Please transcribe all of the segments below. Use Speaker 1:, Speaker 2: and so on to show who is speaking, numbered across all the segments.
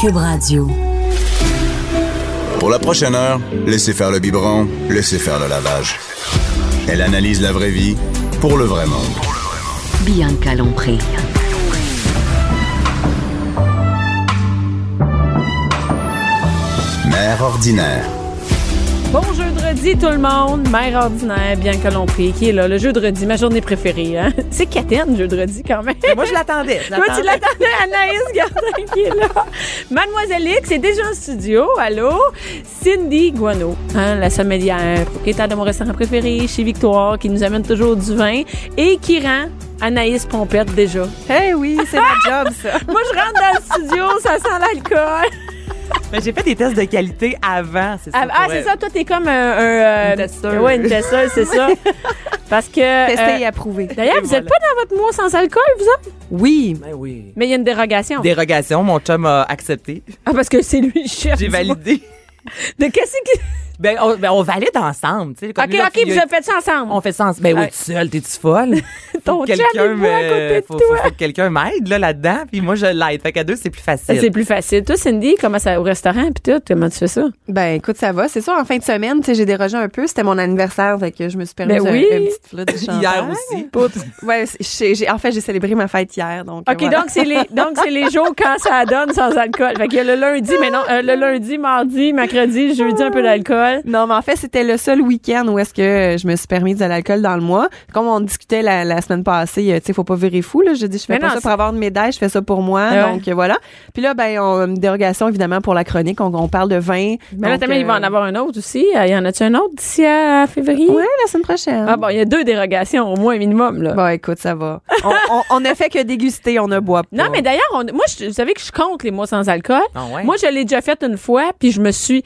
Speaker 1: Cube Radio.
Speaker 2: Pour la prochaine heure, laissez faire le biberon, laissez faire le lavage. Elle analyse la vraie vie pour le vrai monde.
Speaker 1: Bianca Lompré.
Speaker 2: Mère ordinaire.
Speaker 3: Bon jeudi tout le monde, mère ordinaire, Bianca Lompré qui est là, le jeudi, ma journée préférée. Hein? C'est Catherine, jeudi quand même.
Speaker 4: Moi, je l'attendais. je
Speaker 3: Toi, tu
Speaker 4: l'attendais.
Speaker 3: l'attendais, Anaïs Gardin qui est là. Mademoiselle X est déjà en studio. Allô? Cindy Guano, hein, la sommelière, propriétaire de mon restaurant préféré chez Victoire, qui nous amène toujours du vin et qui rend Anaïs Pompette déjà.
Speaker 4: Eh oui, c'est ma job, ça.
Speaker 3: Moi, je rentre dans le studio, ça sent l'alcool.
Speaker 4: Mais j'ai fait des tests de qualité avant, c'est ça.
Speaker 3: Ah, ah,
Speaker 4: pour
Speaker 3: c'est
Speaker 4: elle.
Speaker 3: ça, toi, t'es comme un. un, euh,
Speaker 4: Une testeuse.
Speaker 3: Ouais, une testeuse, c'est ça. Parce que.
Speaker 4: Testé
Speaker 3: euh,
Speaker 4: et approuvé.
Speaker 3: D'ailleurs,
Speaker 4: Et
Speaker 3: vous
Speaker 4: voilà.
Speaker 3: êtes pas dans votre mois sans alcool, vous autres?
Speaker 4: Oui, ben oui.
Speaker 3: Mais il y a une dérogation.
Speaker 4: Dérogation, mon chum a accepté.
Speaker 3: Ah, parce que c'est lui le chef.
Speaker 4: J'ai
Speaker 3: du mois.
Speaker 4: validé.
Speaker 3: De qu'est-ce qui.
Speaker 4: Ben on, ben, on valide ensemble, tu sais. comme
Speaker 3: Ok,
Speaker 4: lui, là,
Speaker 3: ok,
Speaker 4: il
Speaker 3: vous
Speaker 4: a-
Speaker 3: avez fait ça ensemble.
Speaker 4: On fait ça ensemble. Ben oui,
Speaker 3: Ouais.
Speaker 4: tout seul, t'es-tu folle?
Speaker 3: Ton
Speaker 4: Faut que
Speaker 3: chum est
Speaker 4: quelqu'un
Speaker 3: bois à côté
Speaker 4: me-
Speaker 3: de
Speaker 4: faut-
Speaker 3: toi.
Speaker 4: faut que quelqu'un m'aide là, là-dedans, puis moi, je l'aide. Fait qu'à deux, c'est plus
Speaker 3: Ça,
Speaker 4: facile.
Speaker 3: C'est plus facile. Toi, Cindy, comment ça, au restaurant, puis tout, comment tu fais ça?
Speaker 5: Ben écoute, ça va. C'est sûr, en fin de semaine, tu sais, j'ai dérogé un peu. C'était mon anniversaire, fait que je me suis permis
Speaker 3: Ben oui.
Speaker 5: une petite flûte de champagne.
Speaker 4: Hier aussi.
Speaker 5: Ouais, c'est- j'ai, j'ai- en fait, j'ai célébré ma fête hier, donc. euh,
Speaker 3: OK,
Speaker 5: voilà.
Speaker 3: donc c'est les donc c'est les jours quand ça donne sans alcool. Fait qu'il y a le lundi, mais non, euh, le lundi, mardi, mercredi, jeudi, un peu d'alcool.
Speaker 5: Non, mais en fait, c'était le seul week-end où est-ce que euh, je me suis permis de l'alcool dans le mois. Comme on discutait la, la semaine passée, euh, tu sais, faut pas virer fou, là. Je dis, je fais
Speaker 3: Mais
Speaker 5: pas
Speaker 3: non,
Speaker 5: ça
Speaker 3: c'est-
Speaker 5: pour avoir une médaille, je fais ça pour moi,
Speaker 3: Ah ouais.
Speaker 5: donc euh, voilà. Puis là, ben, on, une dérogation, évidemment, pour la chronique. On, on parle de vin.
Speaker 3: Mais là,
Speaker 5: donc,
Speaker 3: t'as il va
Speaker 5: euh,
Speaker 3: en avoir un autre aussi. Euh, Y en a-tu un autre d'ici à février?
Speaker 5: Ouais, la semaine prochaine.
Speaker 3: Ah bon, il y a deux dérogations, au moins minimum, là.
Speaker 5: Bon, écoute, ça va. On, on, on ne fait que déguster, on ne boit pas.
Speaker 3: Non, mais d'ailleurs, on- moi, je- vous savez que je compte les mois sans alcool.
Speaker 4: Ah ouais?
Speaker 3: Moi, je l'ai déjà fait une fois, puis je me suis...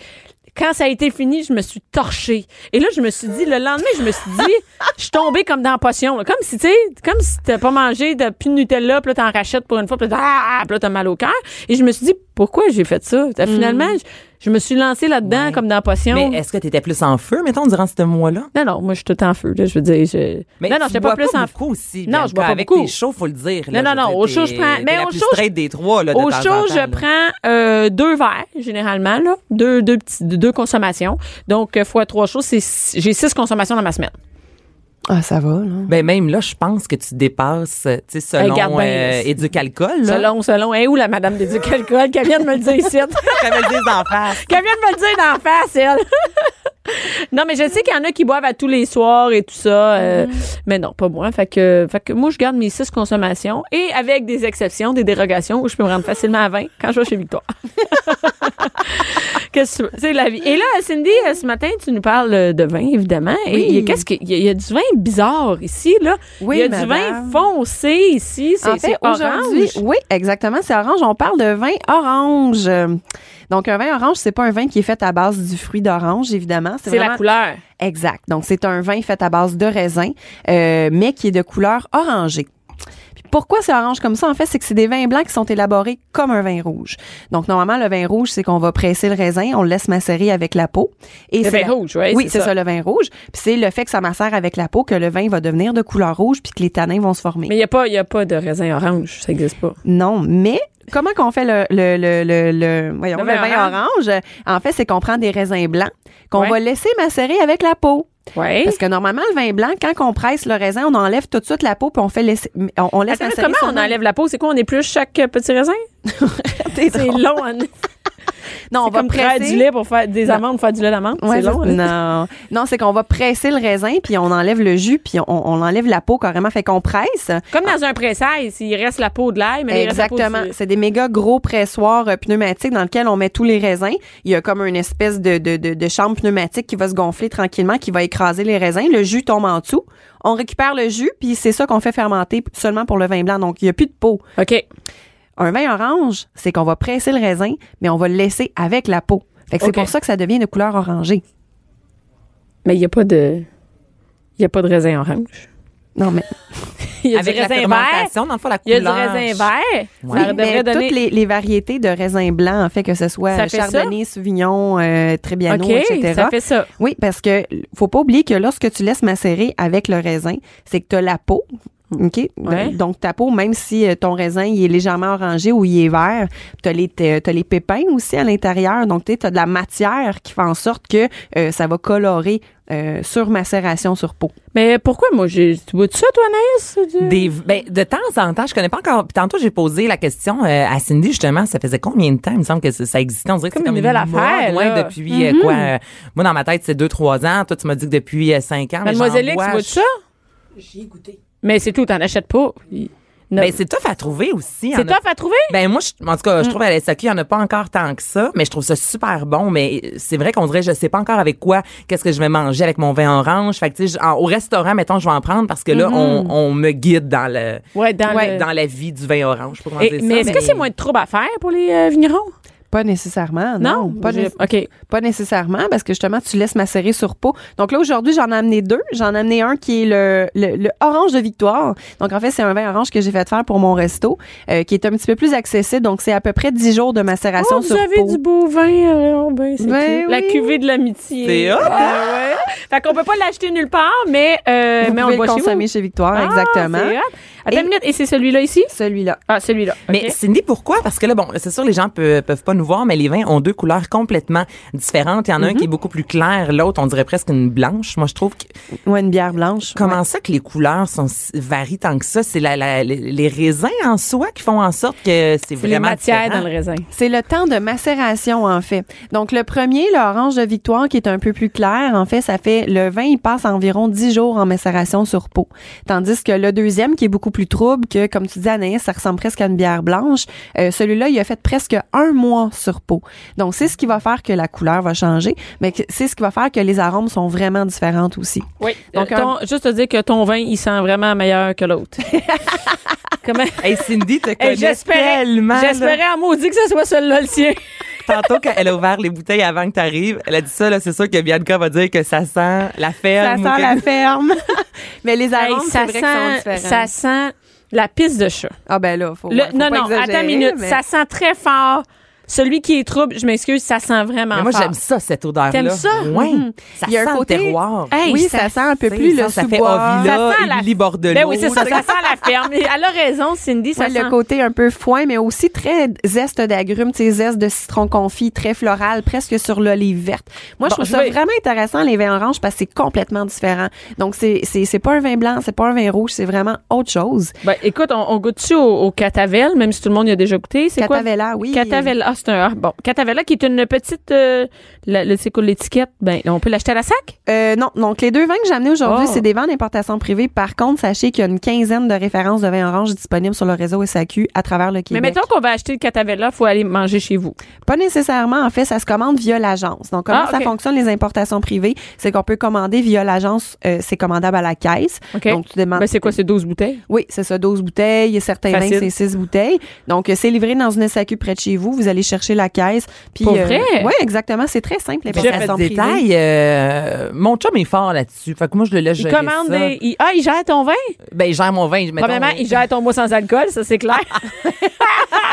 Speaker 3: Quand ça a été fini, je me suis torchée. Et là, je me suis dit, le lendemain, je me suis dit, je suis tombée comme dans la potion. là. Comme si, tu sais, comme si t'as pas mangé de plus de Nutella, puis là, t'en rachètes pour une fois, puis là, ah, puis là, t'as mal au cœur. Et je me suis dit, pourquoi j'ai fait ça? Finalement, je, je me suis lancée là-dedans comme dans la potion.
Speaker 4: Mais est-ce que t'étais plus en feu, mettons, durant ce mois-là?
Speaker 3: Non, non, moi, je suis tout en feu, là, je veux dire. Je...
Speaker 4: Mais
Speaker 3: non, non,
Speaker 4: tu
Speaker 3: j'étais
Speaker 4: bois
Speaker 3: pas plus en feu.
Speaker 4: beaucoup aussi.
Speaker 3: Non,
Speaker 4: Bianca.
Speaker 3: je bois pas
Speaker 4: Avec
Speaker 3: beaucoup.
Speaker 4: tes shows, faut le dire.
Speaker 3: Non,
Speaker 4: là,
Speaker 3: non,
Speaker 4: je
Speaker 3: non,
Speaker 4: veux
Speaker 3: au
Speaker 4: dire,
Speaker 3: show,
Speaker 4: t'es-
Speaker 3: je prends-
Speaker 4: t'es
Speaker 3: mais
Speaker 4: la
Speaker 3: au
Speaker 4: plus
Speaker 3: show,
Speaker 4: straight des trois, là, de
Speaker 3: Au
Speaker 4: temps en
Speaker 3: show,
Speaker 4: temps,
Speaker 3: je
Speaker 4: là.
Speaker 3: prends euh, deux verres, généralement, là. Deux, deux, petits, deux consommations. Donc, euh, fois trois shows, c'est six- j'ai six consommations dans ma semaine.
Speaker 5: Ah, ça va, là.
Speaker 4: Ben même là, je pense que tu dépasses, euh, tu sais,
Speaker 3: Hey,
Speaker 4: selon
Speaker 3: garde bien,
Speaker 4: euh, éducalcool, là.
Speaker 3: Selon, selon, hey, où la madame des alcool qu'elle vient de me le dire ici?
Speaker 4: Comme elles disent en face.
Speaker 3: qu'elle vient de me le dire d'en face, elle. non, mais je sais qu'il y en a qui boivent à tous les soirs et tout ça.
Speaker 5: Mm.
Speaker 3: euh, Mais non, pas moi. Fait que, fait que moi, je garde mes six consommations et avec des exceptions, des dérogations où je peux me rendre facilement à 20 quand je vais chez Victoire. Qu'est-ce que tu veux? C'est la vie. Et là, Cindy, euh, ce matin, tu nous parles euh, de vin, évidemment. Et
Speaker 5: Oui.
Speaker 3: il y a- qu'est-ce que, il y a- il y, a du vin bizarre ici, là.
Speaker 5: Oui,
Speaker 3: il y a du vin
Speaker 5: madame.
Speaker 3: foncé ici. C'est
Speaker 5: En fait,
Speaker 3: c'est
Speaker 5: aujourd'hui,
Speaker 3: orange.
Speaker 5: oui, exactement, c'est orange. On parle de vin orange. Euh, Donc, un vin orange, c'est pas un vin qui est fait à base du fruit d'orange, évidemment.
Speaker 3: C'est la
Speaker 5: vraiment-
Speaker 3: couleur.
Speaker 5: Exact. Donc, c'est un vin fait à base de raisin, euh, mais qui est de couleur orangée. Puis Pourquoi c'est orange comme ça? En fait, c'est que c'est des vins blancs qui sont élaborés comme un vin rouge. Donc, normalement, le vin rouge, c'est qu'on va presser le raisin, on le laisse macérer avec la peau. Et
Speaker 3: Le
Speaker 5: c'est
Speaker 3: vin rouge, ouais,
Speaker 5: oui,
Speaker 3: c'est
Speaker 5: c'est
Speaker 3: ça.
Speaker 5: ça. le vin rouge. Puis c'est le fait que ça macère avec la peau que le vin va devenir de couleur rouge puis que les tanins vont se former.
Speaker 3: Mais il n'y a, pas- il y a pas de raisin orange. Ça n'existe pas.
Speaker 5: Non, mais comment qu'on fait le le le le, le- voyons,
Speaker 3: Le
Speaker 5: le
Speaker 3: vin
Speaker 5: vin, orange En fait, c'est qu'on prend des raisins blancs qu'on
Speaker 3: Ouais.
Speaker 5: va laisser macérer avec la peau.
Speaker 3: Ouais.
Speaker 5: Parce que normalement, le vin blanc, quand on presse le raisin, on enlève tout de suite la peau puis on fait laisser, on, on laisse
Speaker 3: Attends,
Speaker 5: macérer.
Speaker 3: comment on
Speaker 5: son-
Speaker 3: enlève la peau? C'est quoi? On épluche chaque euh, petit raisin?
Speaker 5: T'es
Speaker 3: C'est
Speaker 5: drôle.
Speaker 3: long. Hein?
Speaker 5: Non, on
Speaker 3: C'est
Speaker 5: va
Speaker 3: comme traire
Speaker 5: presser.
Speaker 3: du lait pour faire des
Speaker 5: Non.
Speaker 3: amandes, pour faire du lait d'amande. c'est
Speaker 5: Ouais,
Speaker 3: long.
Speaker 5: c'est-
Speaker 3: hein?
Speaker 5: Non, non, c'est qu'on va presser le raisin puis on enlève le jus puis on, on enlève la peau carrément. Fait qu'on presse.
Speaker 3: Comme dans un pressage, il reste la peau de l'ail, mais il
Speaker 5: Exactement.
Speaker 3: reste
Speaker 5: C'est des méga gros pressoirs euh, pneumatiques dans lesquels on met tous les raisins. Il y a comme une espèce de, de, de, de chambre pneumatique qui va se gonfler tranquillement, qui va écraser les raisins. Le jus tombe en dessous. On récupère le jus, puis c'est ça qu'on fait fermenter p- seulement pour le vin blanc. Donc, il n'y a plus de peau.
Speaker 3: la peau de... OK.
Speaker 5: Un vin orange, c'est qu'on va presser le raisin, mais on va le laisser avec la peau. Fait que
Speaker 3: OK.
Speaker 5: c'est pour ça que ça devient de couleur orangée.
Speaker 3: Mais il n'y a pas de. Il n'y a pas de raisin orange.
Speaker 5: Non, mais
Speaker 3: Il y a
Speaker 4: Avec
Speaker 3: du
Speaker 4: la
Speaker 3: raisin vert.
Speaker 4: fermentation, dans le fond, la
Speaker 3: Il y a
Speaker 4: couleur.
Speaker 3: du raisin vert.
Speaker 4: Ouais.
Speaker 3: Ça
Speaker 5: Oui, mais
Speaker 3: devrait donner.
Speaker 5: toutes les, les variétés de raisins blancs, en fait, que ce soit
Speaker 3: Ça fait ça?
Speaker 5: chardonnay, sauvignon, euh, Trebbiano,
Speaker 3: OK,
Speaker 5: etc.
Speaker 3: ça fait ça.
Speaker 5: Oui, parce que faut pas oublier que lorsque tu laisses macérer avec le raisin, c'est que tu as la peau. OK? Donc-
Speaker 3: Ouais.
Speaker 5: Donc, ta peau, même si euh, ton raisin il est légèrement orangé ou il est vert, tu as, les pépins aussi à l'intérieur. Donc, tu as de la matière qui fait en sorte que euh, ça va colorer euh, sur macération sur peau.
Speaker 3: Mais pourquoi, moi, j'ai. Tu bois de ça, toi, Anaïs? ou tu-
Speaker 4: Des, ben, de temps en temps, je connais pas encore. Puis tantôt, j'ai posé la question euh, à Cindy, justement, ça faisait combien de temps? Il me semble que ça ça existait. On dirait que
Speaker 3: Comme
Speaker 4: c'est
Speaker 3: une
Speaker 4: comme
Speaker 3: nouvelle affaire,
Speaker 4: mode, ouais,
Speaker 3: là. Mm-hmm.
Speaker 4: depuis euh, quoi? euh, moi, dans ma tête, c'est 2-3 ans. Toi, tu m'as dit que depuis 5 ans. mais
Speaker 3: Mademoiselle X,
Speaker 4: j'en
Speaker 3: tu
Speaker 4: bois,
Speaker 3: bois de
Speaker 4: je-
Speaker 3: ça? Mais c'est tout, t'en achètes pas. Il- Non.
Speaker 4: Ben, c'est tough à trouver aussi. Il y
Speaker 3: c'est
Speaker 4: en a-
Speaker 3: tough Mm. à trouver?
Speaker 4: Ben moi, je- en tout cas, je trouve à la SAQ, il n'y en a pas encore tant que ça, mais je trouve ça super bon. Mais c'est vrai qu'on dirait, je sais pas encore avec quoi, qu'est-ce que je vais manger avec mon vin orange. Fait que, tu sais, je- en- au restaurant, mettons, je vais en prendre parce que là, on, on me guide dans le,
Speaker 3: Mm-hmm. Ouais, dans le-
Speaker 4: dans la vie du vin orange. Pour
Speaker 3: Et- mais est-ce que c'est moins de troubles à faire pour les euh, vignerons?
Speaker 5: Pas nécessairement, non. pas,
Speaker 3: j'ai-
Speaker 5: nécessairement.
Speaker 3: OK.
Speaker 5: Pas nécessairement, parce que justement, tu laisses macérer sur peau. Donc là, aujourd'hui, j'en ai amené deux. J'en ai amené un qui est le, le, le orange de victoire. Donc en fait, c'est un vin orange que j'ai fait faire pour mon resto, euh, qui est un petit peu plus accessible. Donc c'est à peu près 10 jours de macération
Speaker 3: Oh, vous
Speaker 5: sur
Speaker 3: avez
Speaker 5: peau.
Speaker 3: du beau vin, euh, oh, ben, c'est
Speaker 5: Ben
Speaker 3: cute. La
Speaker 5: oui.
Speaker 3: cuvée de l'amitié.
Speaker 4: C'est hot, hein?
Speaker 3: Ah, ouais. Fait qu'on peut pas l'acheter nulle part, mais, euh,
Speaker 5: Vous
Speaker 3: mais on
Speaker 5: pouvez
Speaker 3: le
Speaker 5: le
Speaker 3: voit
Speaker 5: consommer
Speaker 3: chez
Speaker 5: chez Victoire,
Speaker 3: vous. Ah,
Speaker 5: exactement.
Speaker 3: c'est hot. Attends
Speaker 5: Et-
Speaker 3: une minute. Et c'est celui-là ici?
Speaker 5: Celui-là.
Speaker 3: Ah, celui-là.
Speaker 4: Mais
Speaker 3: OK.
Speaker 4: Cindy, pourquoi? Parce que là, bon, c'est sûr, les gens peuvent, peuvent pas nous voir, mais les vins ont deux couleurs complètement différentes. Il y en a
Speaker 3: Mm-hmm.
Speaker 4: un qui est beaucoup plus clair, l'autre, on dirait presque une blanche. Moi, je trouve que
Speaker 5: Ou une bière blanche.
Speaker 4: Comment ça que les couleurs sont si- varient tant que ça C'est la, la- les- les raisins en soi qui font en sorte que c'est
Speaker 3: C'est les
Speaker 4: vraiment
Speaker 3: matières
Speaker 4: différent.
Speaker 3: dans le raisin.
Speaker 5: C'est le temps de macération, en fait. Donc, le premier, l'orange de victoire, qui est un peu plus clair, en fait, ça fait le vin, il passe environ 10 jours en macération sur peau. Tandis que le deuxième, qui est beaucoup plus trouble, que, comme tu dis, Anaïs, ça ressemble presque à une bière blanche, euh, celui-là, il a fait presque un mois sur peau. Donc, c'est ce qui va faire que la couleur va changer, mais que- c'est ce qui va faire que les arômes sont vraiment différentes aussi.
Speaker 3: Oui.
Speaker 5: Donc,
Speaker 3: ton, juste te dire que ton vin, il sent vraiment meilleur que l'autre. Comment?
Speaker 4: Hey Cindy, te
Speaker 3: Hey,
Speaker 4: connais
Speaker 3: j'espérais,
Speaker 4: tellement. là.
Speaker 3: j'espérais en maudit que ce soit celui-là le sien.
Speaker 4: Tantôt quand elle a ouvert les bouteilles avant que t'arrives, elle a dit ça là, c'est sûr que Bianca va dire que ça sent la
Speaker 5: Ça
Speaker 4: ferme. ou
Speaker 5: sent
Speaker 4: quelque-
Speaker 5: la ferme. mais les
Speaker 3: Hey,
Speaker 5: arômes,
Speaker 3: ça,
Speaker 5: c'est vrai qu'ils sont
Speaker 3: sent, ça
Speaker 5: différents.
Speaker 3: sent la pisse de chat.
Speaker 5: Ah ben là, faut,
Speaker 3: Le-
Speaker 5: faut
Speaker 3: non,
Speaker 5: pas
Speaker 3: non,
Speaker 5: exagérer,
Speaker 3: attends une minute.
Speaker 5: mais-
Speaker 3: Ça sent très fort. Celui qui est trouble, je m'excuse, ça sent vraiment
Speaker 4: Mais moi
Speaker 3: fort.
Speaker 4: j'aime ça cette odeur là.
Speaker 3: T'aimes ça? Mm-hmm.
Speaker 4: Ouais.
Speaker 5: Mhm.
Speaker 4: Ça
Speaker 5: Il y a un
Speaker 4: sent le
Speaker 5: côté-
Speaker 4: terroir.
Speaker 3: Hey,
Speaker 5: oui,
Speaker 3: ça
Speaker 5: ça, sent un peu
Speaker 4: Tu sais,
Speaker 5: plus
Speaker 4: ça,
Speaker 5: le
Speaker 4: ça fait
Speaker 5: sous-bois.
Speaker 4: Ovila,
Speaker 3: Ça sent la-
Speaker 4: Émilie Bordelot.
Speaker 3: Ben oui, c'est ça, ça sent la ferme. Elle a raison, Cindy, ça
Speaker 5: Ouais,
Speaker 3: sent...
Speaker 5: le côté un peu foin, mais aussi très zeste d'agrumes, tu sais, zeste de citron confit, très floral, presque sur l'olive verte.
Speaker 3: Bon,
Speaker 5: Moi, je trouve
Speaker 3: je
Speaker 5: ça
Speaker 3: vais-
Speaker 5: vraiment intéressant, les vins oranges, parce que c'est complètement différent. Donc, c'est, c'est, c'est pas un vin blanc, c'est pas un vin rouge, c'est vraiment autre chose.
Speaker 3: Ben, écoute, on, on goûte-tu au, au Catavel, même si tout le monde y a déjà goûté? C'est quoi?
Speaker 5: Catavella, oui.
Speaker 3: Catavella, ah, c'est un... ah, Bon, Catavella qui est une petite... euh, la- le- c'est quoi l'étiquette? Ben, on peut l'acheter à la sac?
Speaker 5: Euh, non, donc les deux vins que j'ai amenés aujourd'hui,
Speaker 3: Oh.
Speaker 5: c'est des vins d'importation privée. Par contre, sachez qu'il y a une quinzaine de références de vins oranges disponibles sur le réseau SAQ à travers le
Speaker 3: Mais
Speaker 5: Québec.
Speaker 3: mettons qu'on va acheter le Catavella, faut aller manger chez vous.
Speaker 5: Pas nécessairement. En fait, ça se commande via l'agence. Donc, comment
Speaker 3: Ah, ok.
Speaker 5: ça fonctionne les importations privées? C'est qu'on peut commander via l'agence. euh, c'est commandable à la caisse.
Speaker 3: OK?
Speaker 5: Donc, tu demandes.
Speaker 3: Ben, c'est quoi, c'est 12 bouteilles?
Speaker 5: Oui, c'est ça, 12 bouteilles. Certains
Speaker 3: Facile.
Speaker 5: vins, c'est 6 bouteilles. Donc, euh, c'est livré dans une SAQ près de chez vous. Vous allez chercher la caisse. Puis,
Speaker 3: Pour vrai?
Speaker 5: oui, exactement. C'est très simple,
Speaker 4: J'ai fait
Speaker 5: l'importation
Speaker 4: des
Speaker 5: privée.
Speaker 4: détails. euh, mon chum est fort là-dessus. Fait que moi, je le laisse
Speaker 3: Il
Speaker 4: gérer
Speaker 3: commande
Speaker 4: ça.
Speaker 3: des... il- Ah, il gère ton vin?
Speaker 4: Ben, il gère mon vin. mettons.
Speaker 3: Premièrement, il gère ton bois sans alcool, ça, c'est clair.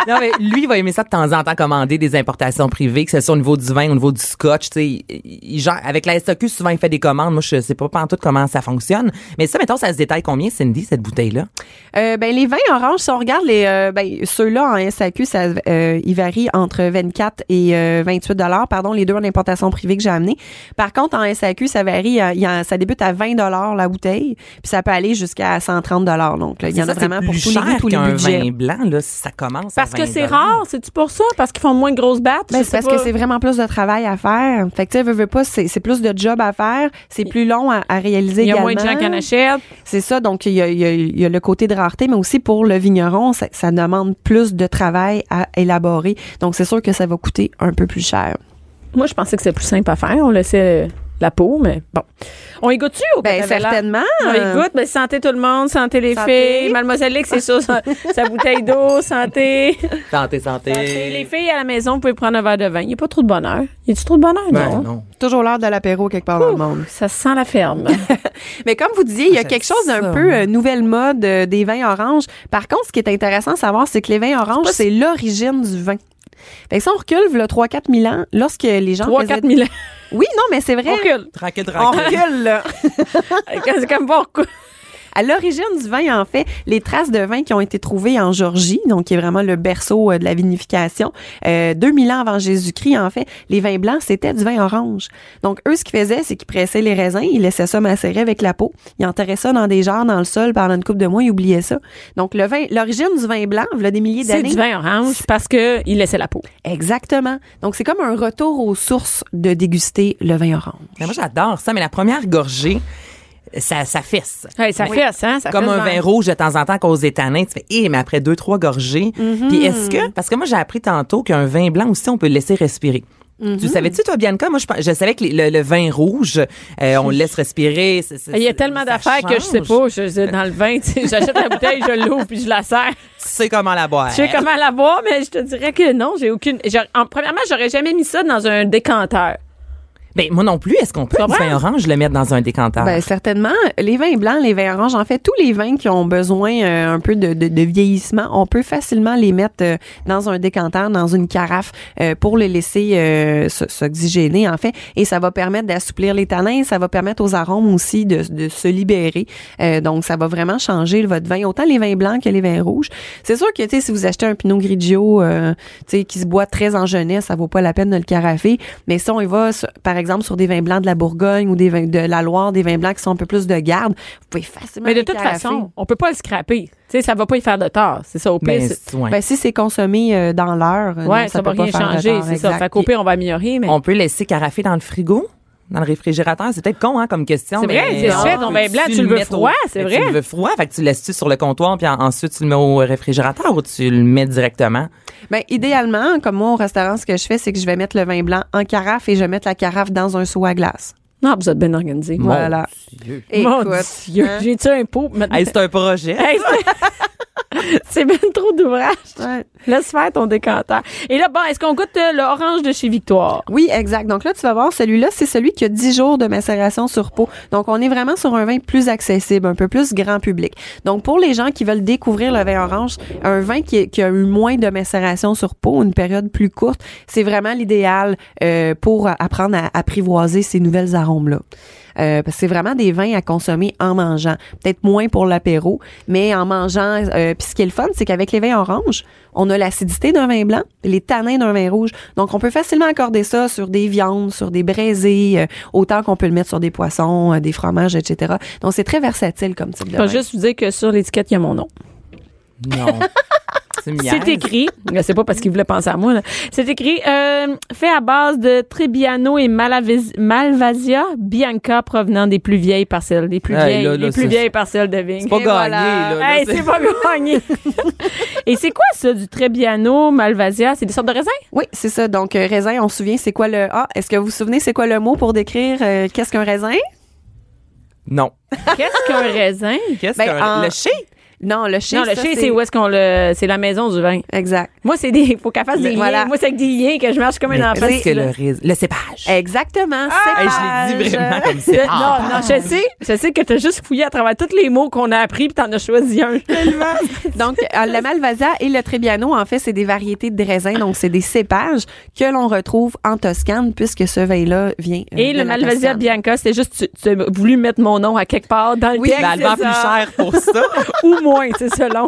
Speaker 4: Non, mais lui, il va aimer ça de temps en temps commander des importations privées, que ce soit au niveau du vin, au niveau du scotch. tu sais, Il, il- genre, avec la SAQ, souvent, il fait des commandes. Moi, je sais pas en tout comment ça fonctionne. Mais ça, mettons, ça se détaille combien, Cindy, cette bouteille-là?
Speaker 5: Euh, ben, les vins oranges, si on regarde les, euh, ben, ceux-là en SAQ, ça, euh, ils varient entre 24 et euh, 28 dollars, pardon, les deux en importation privée que j'ai amené. Par contre, en SAQ, ça varie, à- il y en- ça débute à 20 dollars la bouteille, puis ça peut aller jusqu'à 130 dollars. Donc, là, il y en
Speaker 4: Ça,
Speaker 5: a
Speaker 4: c'est
Speaker 5: vraiment pour
Speaker 4: plus
Speaker 5: tous les goûts,
Speaker 4: cher
Speaker 5: tous les
Speaker 4: qu'un
Speaker 5: budgets.
Speaker 4: vin blanc, là, si ça commence à
Speaker 3: Parce que c'est
Speaker 4: 20
Speaker 3: rare, c'est-tu pour ça? Parce qu'ils font moins de grosses battes?
Speaker 5: Ben,
Speaker 3: Je
Speaker 5: c'est
Speaker 3: sais
Speaker 5: parce
Speaker 3: pas.
Speaker 5: que c'est vraiment plus de travail à faire. Fait que tu sais, veux, veux pas, c'est c'est plus de job à faire, c'est plus long à, à réaliser
Speaker 3: Il y a
Speaker 5: également.
Speaker 3: moins de gens qui en achètent.
Speaker 5: C'est ça, donc il y, a, il y a- il y a le côté de rareté, mais aussi pour le vigneron, ça, ça demande plus de travail à élaborer. Donc c'est sûr que ça va coûter un peu plus cher.
Speaker 3: Moi, je pensais que c'était plus simple à faire. On laissait la peau, mais bon. On y goûte-tu au
Speaker 5: Ben,
Speaker 3: Coca-Cola?
Speaker 5: certainement.
Speaker 3: On y goûte. Ben, santé tout le monde, santé les
Speaker 5: Santé.
Speaker 3: filles. Mademoiselle Lick, c'est sûr, sa, sa bouteille d'eau, santé.
Speaker 4: Santé, santé.
Speaker 3: Santé. Les filles à la maison, vous pouvez prendre un verre de vin. Il n'y a pas trop de bonheur. Y a-tu trop de bonheur?
Speaker 4: Ben,
Speaker 3: non.
Speaker 4: non.
Speaker 5: Toujours l'heure de l'apéro quelque part dans le monde.
Speaker 3: Ça sent la ferme.
Speaker 5: Mais comme vous disiez, il y a
Speaker 4: Ah, J'aime
Speaker 5: quelque chose d'un
Speaker 4: ça,
Speaker 5: peu euh, nouvelle mode euh, des vins oranges. Par contre, ce qui est intéressant à savoir, c'est que les vins oranges, c'est l'origine du vin. Fait que si on recule, le 3-4 000 ans, lorsque les gens
Speaker 3: 3
Speaker 5: faisaient-
Speaker 3: 4 000 ans.
Speaker 5: Oui, non, mais c'est vrai.
Speaker 3: On recule.
Speaker 4: Tranquille,
Speaker 5: On
Speaker 4: tranquille.
Speaker 5: recule, là.
Speaker 3: C'est comme pas on recule.
Speaker 5: À l'origine du vin, en fait, les traces de vin qui ont été trouvées en Georgie, donc qui est vraiment le berceau euh, de la vinification, euh, 2000 ans avant Jésus-Christ, en fait, les vins blancs, c'était du vin orange. Donc, eux, ce qu'ils faisaient, c'est qu'ils pressaient les raisins, ils laissaient ça macérer avec la peau, ils enterraient ça dans des jarres dans le sol pendant une coupe de mois, ils oubliaient ça. Donc, le vin, l'origine du vin blanc, il y a des milliers
Speaker 3: C'est
Speaker 5: d'années.
Speaker 3: du vin orange parce qu'il laissait la peau.
Speaker 5: Exactement. Donc, c'est comme un retour aux sources de déguster le vin orange.
Speaker 4: Mais moi, j'adore ça, mais la première gorgée, ça, ça fesse.
Speaker 3: Ouais, ça
Speaker 4: Oui.
Speaker 3: fesse, hein? Ça
Speaker 4: Comme
Speaker 3: fesse
Speaker 4: un
Speaker 3: dans-
Speaker 4: vin rouge de temps en temps à cause des tanins. Tu fais, hé, mais après deux, trois gorgées.
Speaker 3: Mm-hmm.
Speaker 4: Puis est-ce que, parce que moi, j'ai appris tantôt qu'un vin blanc aussi, on peut le laisser respirer.
Speaker 3: Mm-hmm.
Speaker 4: Tu savais-tu, toi, Bianca? Moi, je, pens- je savais que les- le, le vin rouge, euh, on le laisse respirer. c'est- c'est-
Speaker 3: Ah, Il y a
Speaker 4: c'est-
Speaker 3: tellement
Speaker 4: ça
Speaker 3: d'affaires que je sais
Speaker 4: change.
Speaker 3: pas. Je, je- dans le vin, tu sais, j'achète la bouteille, je l'ouvre puis je la serre.
Speaker 4: Tu sais comment la boire.
Speaker 3: Je sais comment la boire, mais je te dirais que non, j'ai aucune. j'aurais- en- premièrement, j'aurais jamais mis ça dans un décanteur.
Speaker 4: Ben, moi non plus. Est-ce qu'on peut,
Speaker 3: Tu
Speaker 4: du
Speaker 3: comprends?
Speaker 4: vin orange, le mettre dans un décanteur?
Speaker 5: Ben, certainement. Les vins blancs, les vins oranges, en fait, tous les vins qui ont besoin euh, un peu de, de- de vieillissement, on peut facilement les mettre euh, dans un décanteur, dans une carafe euh, pour les laisser euh, s- s'oxygéner, en fait. Et ça va permettre d'assouplir les tanins, ça va permettre aux arômes aussi de, de se libérer. Euh, donc, ça va vraiment changer votre vin, autant les vins blancs que les vins rouges. C'est sûr que, tu sais, si vous achetez un Pinot Grigio, euh, tu sais, qui se boit très en jeunesse, ça vaut pas la peine de le carafer. Mais si on y va, sur- par exemple, sur des vins blancs de la Bourgogne ou des vins de la Loire, des vins blancs qui sont un peu plus de garde, vous pouvez facilement
Speaker 3: Mais de
Speaker 5: les
Speaker 3: toute
Speaker 5: carafer.
Speaker 3: façon, on peut pas le scraper. Tu sais, ça va pas y faire de tort. C'est ça, au pire.
Speaker 4: Ben,
Speaker 3: c'est-
Speaker 4: ouais.
Speaker 5: Ben, si c'est consommé euh, dans l'heure, euh,
Speaker 3: ouais, ça,
Speaker 5: non, ça
Speaker 3: va
Speaker 5: peut
Speaker 3: rien
Speaker 5: pas faire de
Speaker 3: changer,
Speaker 5: tort,
Speaker 3: c'est ça.
Speaker 5: exact.
Speaker 3: Fait qu'au pire, on va améliorer, mais.
Speaker 4: on peut laisser carafer dans le frigo? Dans le réfrigérateur, c'est peut-être con hein, comme question.
Speaker 3: C'est vrai,
Speaker 4: mais
Speaker 3: c'est
Speaker 4: on
Speaker 3: fait, ton vin
Speaker 4: peut-tu
Speaker 3: blanc, tu le veux
Speaker 4: mettre au-
Speaker 3: froid, c'est
Speaker 4: Mais
Speaker 3: vrai.
Speaker 4: Tu le veux froid, fait que tu le laisses-tu sur le comptoir, puis en- ensuite tu le mets au réfrigérateur ou tu le mets directement?
Speaker 5: Ben, idéalement, comme moi au restaurant, ce que je fais, c'est que je vais mettre le vin blanc en carafe et je vais mettre la carafe dans un seau à glace.
Speaker 3: Non, vous êtes bien organisé.
Speaker 4: Mon
Speaker 5: Voilà.
Speaker 4: Dieu.
Speaker 3: Mon
Speaker 5: Écoute,
Speaker 3: Dieu,
Speaker 5: hein?
Speaker 3: j'ai tué un pot. maintenant.
Speaker 4: Hey, c'est un projet.
Speaker 3: Hey, c'est- c'est bien trop d'ouvrage.
Speaker 5: Ouais.
Speaker 3: Laisse faire ton décanteur. Et là, bon, est-ce qu'on goûte euh, l'orange de chez Victoire?
Speaker 5: Oui, exact. Donc là, tu vas voir, celui-là, c'est celui qui a 10 jours de macération sur peau. Donc, on est vraiment sur un vin plus accessible, un peu plus grand public. Donc, pour les gens qui veulent découvrir le vin orange, un vin qui, est- qui a eu moins de macération sur peau, une période plus courte, c'est vraiment l'idéal euh, pour apprendre à apprivoiser ces nouvelles arômes-là. Euh, parce que c'est vraiment des vins à consommer en mangeant. Peut-être moins pour l'apéro, mais en mangeant. euh, Puis ce qui est le fun, c'est qu'avec les vins oranges, on a l'acidité d'un vin blanc, les tanins d'un vin rouge. Donc, on peut facilement accorder ça sur des viandes, sur des braisés, euh, autant qu'on peut le mettre sur des poissons, euh, des fromages, etc. Donc, c'est très versatile comme type
Speaker 3: Je
Speaker 5: de
Speaker 3: vais
Speaker 5: vin.
Speaker 3: juste vous dire que sur l'étiquette, il y a mon nom.
Speaker 4: Non. C'est miel.
Speaker 3: C'est écrit. Mais C'est pas parce qu'il voulait penser à moi. là. C'est écrit euh, fait à base de Trebbiano et Malavis- Malvasia Bianca provenant des plus vieilles parcelles, des plus
Speaker 4: Hey,
Speaker 3: vieilles,
Speaker 4: là, là,
Speaker 3: les plus
Speaker 4: c'est-
Speaker 3: vieilles parcelles de vigne.
Speaker 4: C'est pas
Speaker 5: Et
Speaker 4: gagné,
Speaker 5: voilà.
Speaker 4: là. là,
Speaker 3: Hey,
Speaker 4: c'est-
Speaker 3: c'est pas gagné. et c'est quoi ça du Trebbiano Malvasia C'est des sortes de raisins
Speaker 5: Oui, c'est ça. Donc, euh, raisin, on se souvient, c'est quoi le... Ah, est-ce que vous vous souvenez, c'est quoi le mot pour décrire euh, qu'est-ce qu'un raisin?
Speaker 4: Non.
Speaker 3: Qu'est-ce qu'un raisin
Speaker 4: Qu'est-ce
Speaker 5: Ben,
Speaker 4: qu'un-
Speaker 5: en-
Speaker 4: Le chai?
Speaker 5: Non, le chien,
Speaker 3: Non, le chien, c'est où est-ce qu'on le c'est la maison du vin.
Speaker 5: Exact.
Speaker 3: Moi, c'est des faut qu'elle fasse
Speaker 5: Mais
Speaker 3: des
Speaker 5: voilà.
Speaker 3: liens. Moi, c'est avec des liens que je marche comme un
Speaker 4: Mais
Speaker 3: enfant.
Speaker 4: Qu'est-ce que le,
Speaker 3: Là.
Speaker 4: rais- le cépage?
Speaker 5: Exactement.
Speaker 4: Hey,
Speaker 5: Ah,
Speaker 4: je l'ai dit vraiment comme
Speaker 3: Le-
Speaker 4: ça.
Speaker 3: non, non, je sais, je sais que t'as juste fouillé à travers tous les mots qu'on a appris puis t'en as choisi un.
Speaker 5: Donc, euh, le Malvasia et le Trebbiano, en fait, c'est des variétés de raisins, donc c'est des cépages que l'on retrouve en Toscane, puisque ce vin-là vient. euh,
Speaker 3: Et le
Speaker 5: de la
Speaker 3: Malvasia
Speaker 5: Toscane.
Speaker 3: Bianca, c'était juste, tu, tu as voulu mettre mon nom à quelque part dans le
Speaker 4: Oui,
Speaker 3: texte.
Speaker 4: ben, elle vend
Speaker 3: c'est
Speaker 4: plus
Speaker 3: ça.
Speaker 4: cher pour ça.
Speaker 3: Ou moins, c'est selon.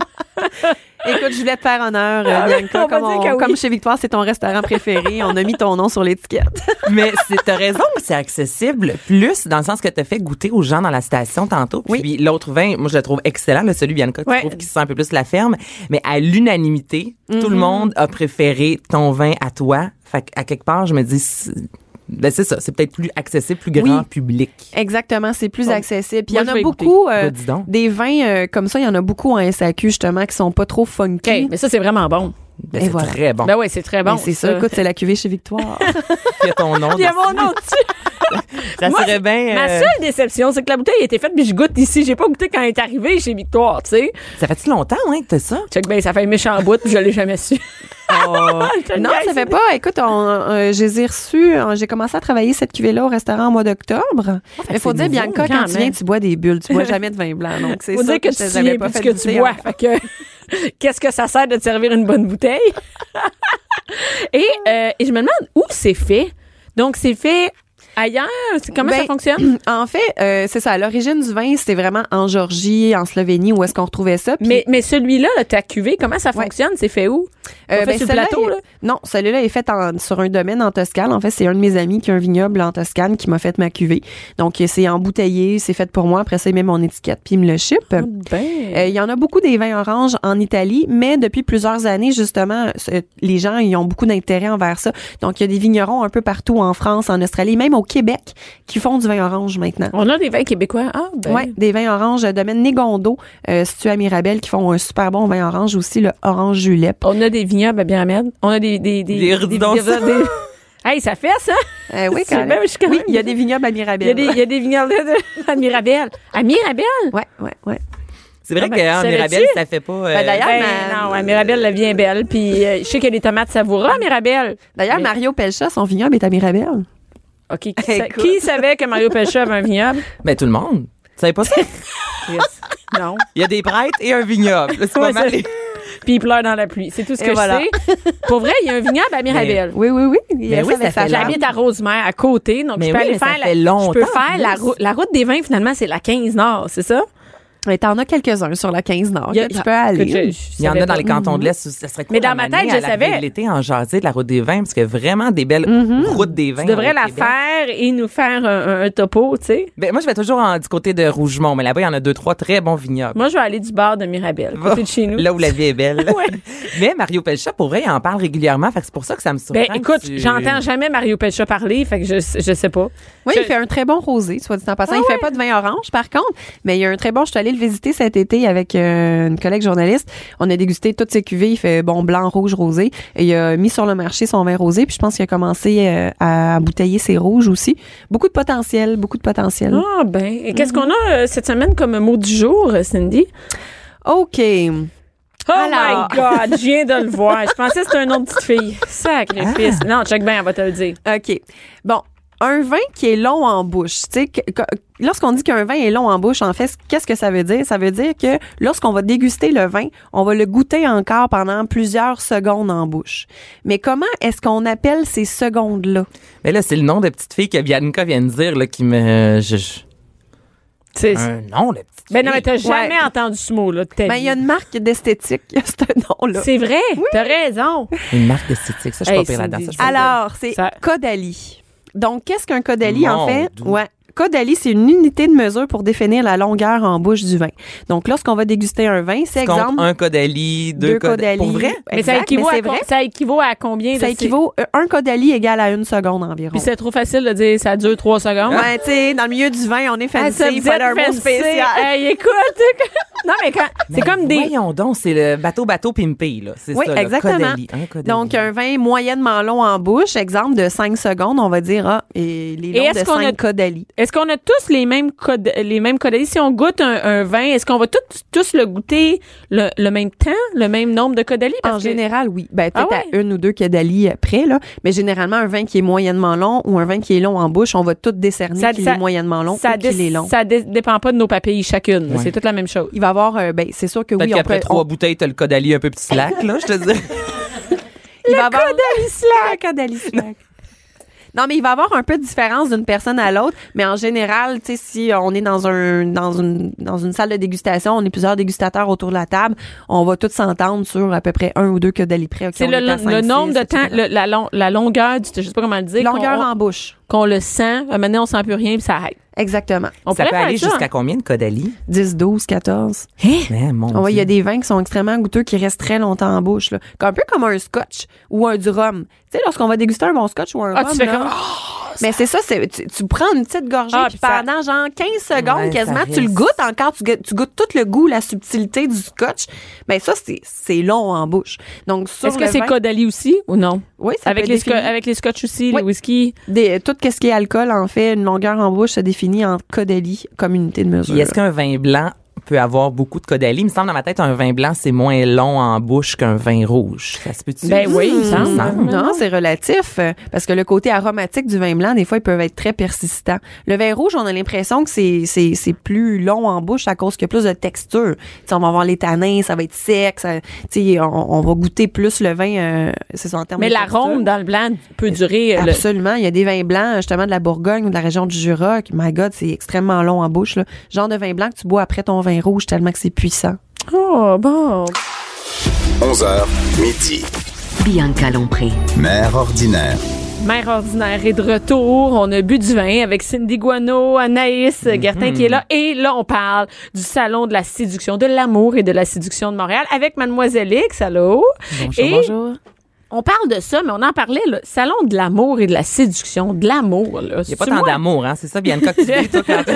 Speaker 5: Écoute, je voulais te faire honneur, euh,
Speaker 3: Ah, ben,
Speaker 5: Bianca,
Speaker 3: on va
Speaker 5: comme,
Speaker 3: dire
Speaker 5: on-
Speaker 3: que oui.
Speaker 5: comme chez Victoire, c'est ton restaurant préféré. On a mis ton nom sur l'étiquette.
Speaker 4: Mais c'est- t'as raison, c'est accessible plus dans le sens que t'as fait goûter aux gens dans la station tantôt. Puis l'autre vin, moi je le trouve excellent, le celui Bianca, que
Speaker 3: Ouais.
Speaker 4: tu trouves qui sent un peu plus la ferme. Mais à l'unanimité, tout le monde a préféré ton vin à toi. Fait à quelque part, je me dis, c'est- ben c'est ça, c'est peut-être plus accessible, plus grand
Speaker 5: Oui.
Speaker 4: public.
Speaker 5: Exactement, c'est plus
Speaker 3: Donc,
Speaker 5: accessible. Puis
Speaker 3: moi,
Speaker 5: il y en
Speaker 3: je
Speaker 5: a
Speaker 3: vais goûter.
Speaker 5: beaucoup euh,
Speaker 4: Bah, dis donc.
Speaker 5: des vins euh, comme ça, il y en a beaucoup en SAQ justement qui sont pas trop funky.
Speaker 3: OK, mais ça, c'est vraiment bon.
Speaker 4: Ben,
Speaker 5: Et
Speaker 4: c'est
Speaker 5: voilà.
Speaker 4: très bon.
Speaker 3: Ben oui, c'est très bon.
Speaker 5: Mais c'est ça, écoute, c'est la cuvée chez Victoire.
Speaker 4: Puis il y a ton nom.
Speaker 3: Il y a
Speaker 4: dessus.
Speaker 3: mon nom dessus.
Speaker 4: Ça
Speaker 3: Moi,
Speaker 4: serait bien.
Speaker 3: Ma
Speaker 4: euh,
Speaker 3: seule déception, c'est que la bouteille a été faite, puis je goûte ici. J'ai pas goûté quand elle est arrivée chez Victoire, tu sais.
Speaker 4: Ça fait-tu longtemps, hein, que t'as ça?
Speaker 3: Check ben, ça fait un méchant bout, puis je l'ai jamais su. Je te
Speaker 5: Non,
Speaker 3: niaise.
Speaker 5: ça fait pas. Écoute, on, euh, je les ai reçus. euh, J'ai commencé à travailler cette cuvée-là au restaurant au mois
Speaker 3: Oh,
Speaker 5: d'octobre. Mais faut
Speaker 4: c'est
Speaker 5: dire,
Speaker 4: nouveau.
Speaker 3: Quand
Speaker 5: Bianca, quand tu viens,
Speaker 3: même.
Speaker 5: tu bois des bulles. Tu bois jamais de vin blanc. Donc, c'est
Speaker 3: Faut
Speaker 5: ça
Speaker 3: dire que,
Speaker 5: je
Speaker 3: tu
Speaker 5: les
Speaker 3: tiens
Speaker 5: avais
Speaker 3: plus
Speaker 5: pas fait
Speaker 3: que tu
Speaker 5: goûter
Speaker 3: bois.
Speaker 5: encore.
Speaker 3: Fait que, qu'est-ce que ça sert de te servir une bonne bouteille? et, euh, et je me demande où c'est fait. Donc, c'est fait ailleurs. C'est- Comment ça
Speaker 5: Ben,
Speaker 3: fonctionne?
Speaker 5: En fait, euh, c'est ça. L'origine du vin, c'était vraiment en Georgie, en Slovénie, où est-ce qu'on retrouvait ça. Puis,
Speaker 3: Mais, mais celui-là, là, ta cuvée, comment ça
Speaker 5: Ouais.
Speaker 3: fonctionne? C'est fait où? On
Speaker 5: euh,
Speaker 3: fait
Speaker 5: ben,
Speaker 3: sur le
Speaker 5: celui-là,
Speaker 3: plateau,
Speaker 5: il-
Speaker 3: là?
Speaker 5: Non, celui-là est fait en- sur un domaine en Toscane. En fait, c'est un de mes amis qui a un vignoble en Toscane qui m'a fait ma cuvée. Donc, c'est embouteillé, c'est fait pour moi. Après ça, il met mon étiquette, puis il me le ship.
Speaker 3: Ben.
Speaker 5: Euh, Il y en a beaucoup des vins oranges en Italie, mais depuis plusieurs années, justement, ce- les gens ils ont beaucoup d'intérêt envers ça. Donc, il y a des vignerons un peu partout en France, en Australie, même au Québec, qui font du vin orange maintenant.
Speaker 3: On a des vins québécois. Ah, ben.
Speaker 5: Ouais, des vins oranges, euh, domaine Négondo, euh, situé à Mirabel, qui font un super bon vin orange aussi, le Orange Julep.
Speaker 3: On a des vignobles à Biarmède. On a des. Des, des,
Speaker 4: Des- dis donc ça.
Speaker 3: des- Hey, ça fait ça!
Speaker 5: Euh, oui,
Speaker 3: C'est
Speaker 5: quand
Speaker 3: bien,
Speaker 5: même.
Speaker 3: je suis quand
Speaker 5: Oui,
Speaker 3: même-
Speaker 5: il y a des vignobles à Mirabel.
Speaker 3: Il y a des, il y a des vignobles de- à Mirabel. À Mirabel?
Speaker 5: Ouais, ouais, ouais.
Speaker 4: C'est vrai
Speaker 3: Ah, ben,
Speaker 4: qu'en
Speaker 3: savais-tu?
Speaker 4: Mirabel, ça fait pas. euh,
Speaker 5: Ben, d'ailleurs,
Speaker 3: Ben,
Speaker 5: ma-
Speaker 3: non, ouais, Mirabel, la vie est belle. Puis euh, je sais qu'il y a des tomates savoura à Mirabel.
Speaker 5: D'ailleurs,
Speaker 3: Mais-
Speaker 5: Mario Pelcha, son vignoble est à Mirabel.
Speaker 3: OK. Qui, sa- qui savait que Mario Pelcha avait un vignoble?
Speaker 4: ben, tout le monde. Tu savais pas ça?
Speaker 3: Yes. Non.
Speaker 4: Il y a des prêtres et un vignoble. C'est pas
Speaker 3: Ouais,
Speaker 4: mal.
Speaker 3: ça- Puis il pleure dans la pluie. C'est tout ce
Speaker 5: Et
Speaker 3: que
Speaker 5: voilà.
Speaker 3: je sais. Pour vrai, il y a un vignoble à Mirabel.
Speaker 5: Oui, oui, oui. Il y a
Speaker 4: Ben oui,
Speaker 5: avec
Speaker 4: ça fait
Speaker 5: sa
Speaker 4: longtemps.
Speaker 3: J'habite à Rosemère, à côté, donc
Speaker 4: Mais
Speaker 3: je peux
Speaker 4: oui,
Speaker 3: aller
Speaker 4: mais ça
Speaker 3: faire, la,
Speaker 4: fait
Speaker 3: je peux
Speaker 4: longtemps,
Speaker 3: faire la,
Speaker 4: plus.
Speaker 3: rou- la route des vins, finalement, c'est la 15 Nord, c'est ça?
Speaker 5: Mais t'en as quelques-uns sur la 15 Nord
Speaker 3: Il y a-
Speaker 5: que tu peux
Speaker 3: Écoute, je-
Speaker 5: aller.
Speaker 3: je
Speaker 4: Il y en
Speaker 3: savais
Speaker 4: a dans
Speaker 3: pas. Mm-hmm.
Speaker 4: les cantons de l'Est. Ça serait cool
Speaker 3: Mais dans
Speaker 4: à
Speaker 3: ma
Speaker 4: m'amener
Speaker 3: tête,
Speaker 4: à
Speaker 3: je
Speaker 4: l'arrivée
Speaker 3: savais. Mm-hmm.
Speaker 4: de L'été en jaser de la route des vins, parce que vraiment des belles routes des vins.
Speaker 3: Tu devrais
Speaker 4: au
Speaker 3: la
Speaker 4: Québec.
Speaker 3: faire et nous faire un, un- un topo, tu sais.
Speaker 4: Ben, moi, je vais toujours en- du côté de Rougemont, mais là-bas, il y en a deux, trois très bons vignobles.
Speaker 3: Moi, je vais aller du bar de Mirabel,
Speaker 4: Va-
Speaker 3: côté de chez nous.
Speaker 4: Là où la vie est belle.
Speaker 3: Ouais.
Speaker 4: Mais Mario Pelcha, pour vrai, il en parle régulièrement. Fait que c'est pour ça que ça me surprend.
Speaker 3: Ben, écoute,
Speaker 4: que tu-
Speaker 3: j'entends jamais Mario Pelcha parler, fait que je, je sais pas.
Speaker 5: Oui,
Speaker 3: Je-
Speaker 5: il fait un très bon rosé, soit dit en passant. il fait pas de vin orange, par contre, mais il y a un très bon. Je suis allée le visiter cet été avec euh, une collègue journaliste. On a dégusté toutes ses cuvées. Il fait bon blanc, rouge, rosé. Et il a mis sur le marché son vin rosé, puis je pense qu'il a commencé euh, à bouteiller ses rouges aussi. Beaucoup de potentiel, beaucoup de potentiel.
Speaker 3: Ah, ben. Et
Speaker 5: Mm-hmm.
Speaker 3: qu'est-ce qu'on a euh, cette semaine comme mot du jour, euh, Cindy?
Speaker 5: OK.
Speaker 3: Oh
Speaker 5: Alors.
Speaker 3: my God, je viens de le voir. Je pensais que c'était un nom de petite fille. Sacrifice. Non, check bien, elle va te le dire.
Speaker 5: OK. Bon. Un vin qui est long en bouche. Tu sais, que- que- lorsqu'on dit qu'un vin est long en bouche, en fait, qu'est-ce que ça veut dire? Ça veut dire que lorsqu'on va déguster le vin, on va le goûter encore pendant plusieurs secondes en bouche. Mais comment est-ce qu'on appelle ces secondes-là?
Speaker 4: Mais là, c'est le nom de petite fille que Bianca vient de dire, là, qui me. je- je-
Speaker 3: C'est-
Speaker 4: Un nom de petite
Speaker 3: Ben non, mais t'as
Speaker 5: Ouais.
Speaker 3: jamais entendu ce mot-là de ta
Speaker 5: Ben,
Speaker 3: vie.
Speaker 5: il y a une marque d'esthétique, il y a ce nom-là.
Speaker 3: Eh C'est vrai, t'as raison.
Speaker 4: fille. Une marque esthétique. Ça, je suis
Speaker 3: Hey,
Speaker 4: pas pire
Speaker 3: c'est
Speaker 4: là-dedans.
Speaker 3: des-
Speaker 4: ça, je-
Speaker 5: Alors, c'est
Speaker 3: Ça-
Speaker 5: Caudalie. Donc, qu'est-ce qu'un Caudalie,
Speaker 4: Mon
Speaker 5: en fait?
Speaker 4: Dieu.
Speaker 5: Ouais. Caudalie, c'est une unité de mesure pour définir la longueur en bouche du vin. Donc, lorsqu'on va déguster un vin, c'est
Speaker 4: Tu comptes
Speaker 5: exemple...
Speaker 4: un Codali, deux, Codali. Pour vrai?
Speaker 3: Mais, ça
Speaker 5: Exact,
Speaker 3: équivaut,
Speaker 5: c'est
Speaker 3: à,
Speaker 5: vrai.
Speaker 3: com- ça équivaut à combien?
Speaker 5: Ça
Speaker 3: de-
Speaker 5: équivaut euh, un caudalie égale à une seconde environ.
Speaker 3: Puis c'est trop facile de dire ça dure trois secondes.
Speaker 5: Ouais, tu sais, dans le milieu du vin, on est
Speaker 3: Ah,
Speaker 5: fancy,
Speaker 3: ça,
Speaker 5: il
Speaker 3: vous
Speaker 5: fallait
Speaker 3: êtes
Speaker 5: un mot
Speaker 3: fancy.
Speaker 5: spécial.
Speaker 3: Hey, écoute. non, mais quand. C'est
Speaker 4: Ben,
Speaker 3: comme des.
Speaker 4: Voyons donc, c'est le bateau-bateau pimpé, là. C'est
Speaker 5: Oui,
Speaker 4: ça, là, hein,
Speaker 5: exactement.
Speaker 4: Caudalie, un Caudalie.
Speaker 5: Donc, un vin moyennement long en bouche, exemple de 5 secondes, on va dire, ah, et les
Speaker 3: Et
Speaker 5: longs
Speaker 3: est-ce
Speaker 5: de
Speaker 3: qu'on
Speaker 5: 5
Speaker 3: a-
Speaker 5: caudalies.
Speaker 3: Est-ce qu'on a tous les mêmes codes, les mêmes codalies? Si on goûte un, un vin, est-ce qu'on va tous, tous le goûter le, le même temps, le même nombre de codalies?
Speaker 5: En général, oui. Ben, peut-être
Speaker 3: Ah ouais?
Speaker 5: à une ou deux caudalies près, là. Mais généralement, un vin qui est moyennement long ou un vin qui est long en bouche, on va tout décerner
Speaker 3: Ça-
Speaker 5: qu'il
Speaker 3: ça-
Speaker 5: est moyennement long
Speaker 3: ça
Speaker 5: ou qu'il
Speaker 3: dé-
Speaker 5: est long.
Speaker 3: Ça dé- dépend pas de nos papilles chacune.
Speaker 4: Ouais.
Speaker 3: C'est toute la même chose.
Speaker 5: Il va y avoir, euh, ben, c'est sûr que
Speaker 4: Peut-être
Speaker 5: oui, on
Speaker 4: qu'après
Speaker 5: pourrait-
Speaker 4: trois
Speaker 5: on-
Speaker 4: bouteilles, t'as le Codali un peu petit slack, là, je te dis.
Speaker 5: Il va avoir... slack. Non, mais il va avoir un peu de différence d'une personne à l'autre, mais en général, tu sais, si on est dans un dans une dans une salle de dégustation, on est plusieurs dégustateurs autour de la table, on va tous s'entendre sur à peu près un ou deux que près.
Speaker 3: C'est le, le nombre de temps, le- la, long- la longueur du, je sais pas comment le dire.
Speaker 5: longueur
Speaker 3: qu'on-
Speaker 5: en bouche.
Speaker 3: qu'on le sent. Un moment on sent plus rien, puis ça arrête.
Speaker 5: Exactement.
Speaker 3: On
Speaker 4: ça
Speaker 3: pourrait
Speaker 4: peut
Speaker 3: faire
Speaker 4: aller
Speaker 3: ça,
Speaker 4: jusqu'à
Speaker 3: hein.
Speaker 4: combien de Codali?
Speaker 5: 10, 12, 14.
Speaker 4: Mais mon
Speaker 5: Ah ouais, il y a
Speaker 4: Dieu.
Speaker 5: des vins qui sont extrêmement goûteux qui restent très longtemps en bouche là, un peu comme un scotch ou un du rhum. Tu sais lorsqu'on va déguster un bon scotch ou un
Speaker 3: Ah,
Speaker 5: rhum
Speaker 3: tu fais
Speaker 5: là,
Speaker 3: comme.
Speaker 5: Mais c'est ça, c'est, tu, tu prends une petite gorgée,
Speaker 3: Ah,
Speaker 5: puis
Speaker 3: puis ça-
Speaker 5: pendant genre 15 secondes
Speaker 4: Ouais,
Speaker 5: quasiment,
Speaker 4: ça
Speaker 5: tu le
Speaker 4: reste.
Speaker 5: goûtes encore, tu, gue- tu goûtes tout le goût, la subtilité du scotch. Mais ça, c'est, c'est long en bouche. Donc, sur
Speaker 3: oh, Est-ce que
Speaker 5: le
Speaker 3: c'est
Speaker 5: vin-
Speaker 3: Caudalie aussi ou non?
Speaker 5: Oui, ça
Speaker 3: Avec
Speaker 5: peut
Speaker 3: les,
Speaker 5: définir-
Speaker 3: sco- euh, avec les scotch aussi,
Speaker 5: Oui.
Speaker 3: le whisky.
Speaker 5: des- tout ce qui est alcool, en fait, une longueur en bouche se définit en codélie comme unité de mesure.
Speaker 4: Puis est-ce qu'un vin blanc peut avoir beaucoup de caudalie? Il me semble dans ma tête, un vin blanc, c'est moins long en bouche qu'un vin rouge. Ça se peut-tu? Hmm.
Speaker 3: Ben oui, il me semble.
Speaker 5: Ah,
Speaker 3: hein?
Speaker 5: Non, c'est relatif euh, parce que le côté aromatique du vin blanc, des fois, ils peuvent être très persistants. Le vin rouge, on a l'impression que c'est c'est c'est plus long en bouche à cause qu'il y a plus de texture. Tu sais, on va avoir les tanins, ça va être sec, ça, tu sais, on, on va goûter plus le vin. euh, c'est ça en termes
Speaker 3: Mais hein,
Speaker 5: de
Speaker 3: l'arôme
Speaker 5: texture.
Speaker 3: dans le blanc peut durer. euh, le-
Speaker 5: Absolument, il y a des vins blancs justement de la Bourgogne ou de la région du Jura qui, my God, c'est extrêmement long en bouche. Là. Genre de vin blanc que tu bois après ton vin rouge tellement que c'est puissant.
Speaker 3: Oh, bon.
Speaker 2: 11h, midi.
Speaker 1: Bianca Lompré.
Speaker 2: Mère ordinaire.
Speaker 3: Mère ordinaire est de retour. On a bu du vin avec Cindy Guano, Anaïs euh, Gertin qui est là. Et là, on parle du salon de la séduction, de l'amour et de la séduction de Montréal avec Mademoiselle X. Allô? et on parle de ça, mais on en parlait, le salon de l'amour et de la séduction, de l'amour. là.
Speaker 4: Il n'y a pas
Speaker 3: C'est-tu
Speaker 4: tant
Speaker 3: moi?
Speaker 4: d'amour, hein? C'est ça, Bianca, que tu dis, toi, quand...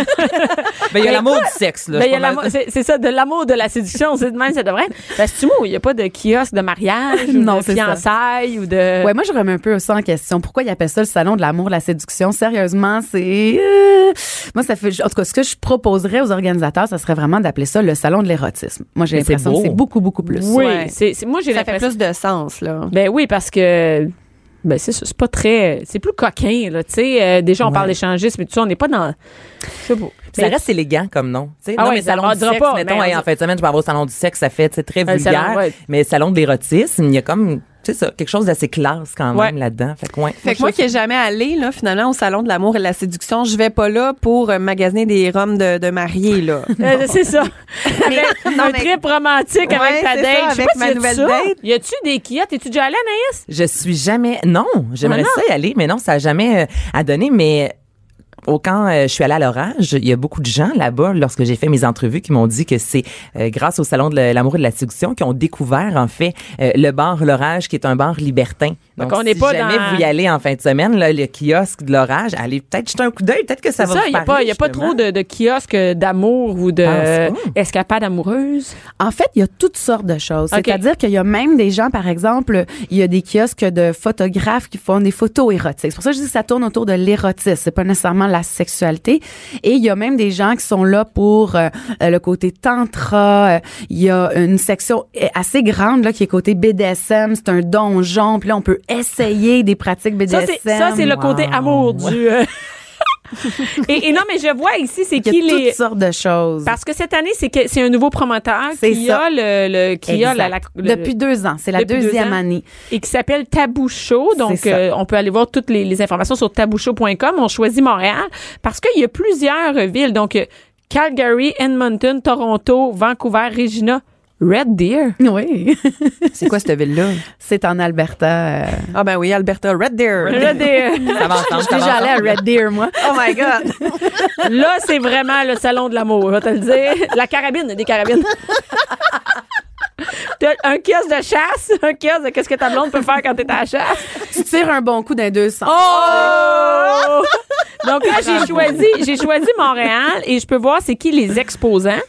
Speaker 4: Ben, il y a l'amour du sexe, là.
Speaker 3: Ben,
Speaker 4: je
Speaker 3: il y a
Speaker 4: suis pas mal-
Speaker 3: l'amour- c'est c'est ça, de l'amour, de la séduction, c'est de même, ça devrait être. Ben, c'est-tu moi, il n'y a pas de kiosque de mariage, ou
Speaker 6: Non,
Speaker 3: de
Speaker 6: c'est ça.
Speaker 3: fiançailles, ou de...
Speaker 6: Ouais, moi, je remets un peu ça en question. Pourquoi ils appellent ça le salon de l'amour, de la séduction? Sérieusement, c'est. euh, Moi, ça fait. En tout cas, ce que je proposerais aux organisateurs, ça serait vraiment d'appeler ça le salon de l'érotisme. Moi, j'ai
Speaker 4: Mais c'est
Speaker 6: l'impression
Speaker 4: beau.
Speaker 6: que c'est beaucoup, beaucoup plus.
Speaker 3: oui,
Speaker 5: ouais.
Speaker 3: c'est c'est- moi, j'ai
Speaker 5: Ça fait
Speaker 3: l'impression...
Speaker 5: plus de sens là.
Speaker 3: Ben oui, parce que... Ben c'est ça, c'est pas très... C'est plus coquin, là, tu sais. euh, déjà, on parle d'échangisme et tout ça, on n'est pas dans... Je sais pas.
Speaker 4: Puis ça reste élégant comme nom. tu sais.
Speaker 3: Ah
Speaker 4: non,
Speaker 3: ouais,
Speaker 4: mais
Speaker 3: ça
Speaker 4: salon du
Speaker 3: mordra
Speaker 4: sexe,
Speaker 3: pas,
Speaker 4: mettons,
Speaker 3: mais
Speaker 4: hey,
Speaker 3: on-
Speaker 4: en fin de semaine, je vais avoir au salon du sexe, ça fait tu sais, très
Speaker 3: le salon,
Speaker 4: vulgaire.
Speaker 3: ouais.
Speaker 4: Mais salon de l'érotisme, il y a comme, tu sais ça, quelque chose d'assez classe quand même
Speaker 3: Ouais.
Speaker 4: là-dedans. Fait que, ouais.
Speaker 5: Fait que moi qui n'ai jamais allé là, finalement au salon de l'amour et de la séduction, je vais pas là pour euh, magasiner des rhums de, de mariés là.
Speaker 3: Euh, c'est ça. Avec
Speaker 5: non,
Speaker 3: un
Speaker 5: mais-
Speaker 3: trip romantique
Speaker 5: Ouais,
Speaker 3: avec ta
Speaker 5: c'est
Speaker 3: date.
Speaker 5: ça,
Speaker 3: Je sais
Speaker 5: avec
Speaker 3: pas s'il y
Speaker 5: ma
Speaker 3: a de
Speaker 5: nouvelle
Speaker 3: ça.
Speaker 5: date.
Speaker 3: Y a-tu des kiottes? Es-tu déjà allée, Anaïs?
Speaker 4: Je suis jamais. Non, j'aimerais
Speaker 3: Ah non.
Speaker 4: ça y aller, mais non, ça n'a jamais euh, à donner. Mais au quand euh, je suis allée à l'orage, il y a beaucoup de gens là-bas, lorsque j'ai fait mes entrevues, qui m'ont dit que c'est euh, grâce au salon de l'amour et de la séduction qu'ils ont découvert en fait euh, le bar l'orage, qui est un bar libertin.
Speaker 3: Donc, on n'est
Speaker 4: si
Speaker 3: pas
Speaker 4: jamais
Speaker 3: dans-
Speaker 4: vous y allez en fin de semaine, là, le kiosque de l'orage, allez peut-être jeter un coup d'œil, peut-être que ça
Speaker 3: C'est
Speaker 4: va
Speaker 3: ça,
Speaker 4: vous
Speaker 3: il n'y a, pas-
Speaker 4: parler,
Speaker 3: y a pas
Speaker 4: justement.
Speaker 3: trop de, de kiosques d'amour ou de
Speaker 4: Pense pas.
Speaker 3: escapades amoureuses.
Speaker 6: En fait, il y a toutes sortes de choses.
Speaker 3: Ok.
Speaker 6: C'est-à-dire qu'il y a même des gens, par exemple, il y a des kiosques de photographes qui font des photos érotiques. C'est pour ça que je dis que ça tourne autour de l'érotisme. C'est pas nécessairement la sexualité. Et il y a même des gens qui sont là pour euh, euh, le côté tantra. Euh, Il y a une section euh, assez grande là qui est côté BDSM. C'est un donjon. Puis là, on peut essayer des pratiques
Speaker 3: Ça,
Speaker 6: BDSM.
Speaker 3: c'est ça, c'est le
Speaker 4: wow.
Speaker 3: côté amour du. euh, et, et non, mais je vois ici, c'est
Speaker 6: Il
Speaker 3: qui
Speaker 6: y a
Speaker 3: les.
Speaker 6: toutes sortes de choses.
Speaker 3: Parce que cette année, c'est que- c'est un nouveau promoteur
Speaker 6: C'est
Speaker 3: qui
Speaker 6: ça.
Speaker 3: a le, le- qui a la, la-
Speaker 6: Exact.
Speaker 3: le-
Speaker 6: Depuis deux ans. C'est la
Speaker 3: Depuis deux
Speaker 6: deuxième
Speaker 3: ans.
Speaker 6: année.
Speaker 3: et qui s'appelle Tabou Show. Donc,
Speaker 6: C'est ça.
Speaker 3: euh, on peut aller voir toutes les, les informations sur tabouchou.com. On choisit Montréal parce qu'il y a plusieurs euh, villes. Donc, euh, Calgary, Edmonton, Toronto, Vancouver, Regina, Red Deer.
Speaker 6: Oui.
Speaker 5: C'est quoi cette ville là
Speaker 6: c'est en Alberta. euh,
Speaker 5: Ah ben oui, Alberta Red Deer.
Speaker 3: Red Deer.
Speaker 4: Ça va ensemble, ça va
Speaker 6: déjà allée
Speaker 4: ensemble.
Speaker 6: à Red Deer, moi.
Speaker 5: Oh my God.
Speaker 3: Là, c'est vraiment le salon de l'amour, je vais te le dire. La carabine, des carabines. T'as un kiosque de chasse, un kiosque de qu'est-ce que ta blonde peut faire quand t'es à la chasse.
Speaker 6: tu tires un bon coup d'un deux sens.
Speaker 3: Oh! Donc là, j'ai choisi, j'ai choisi Montréal et je peux voir c'est qui les exposants,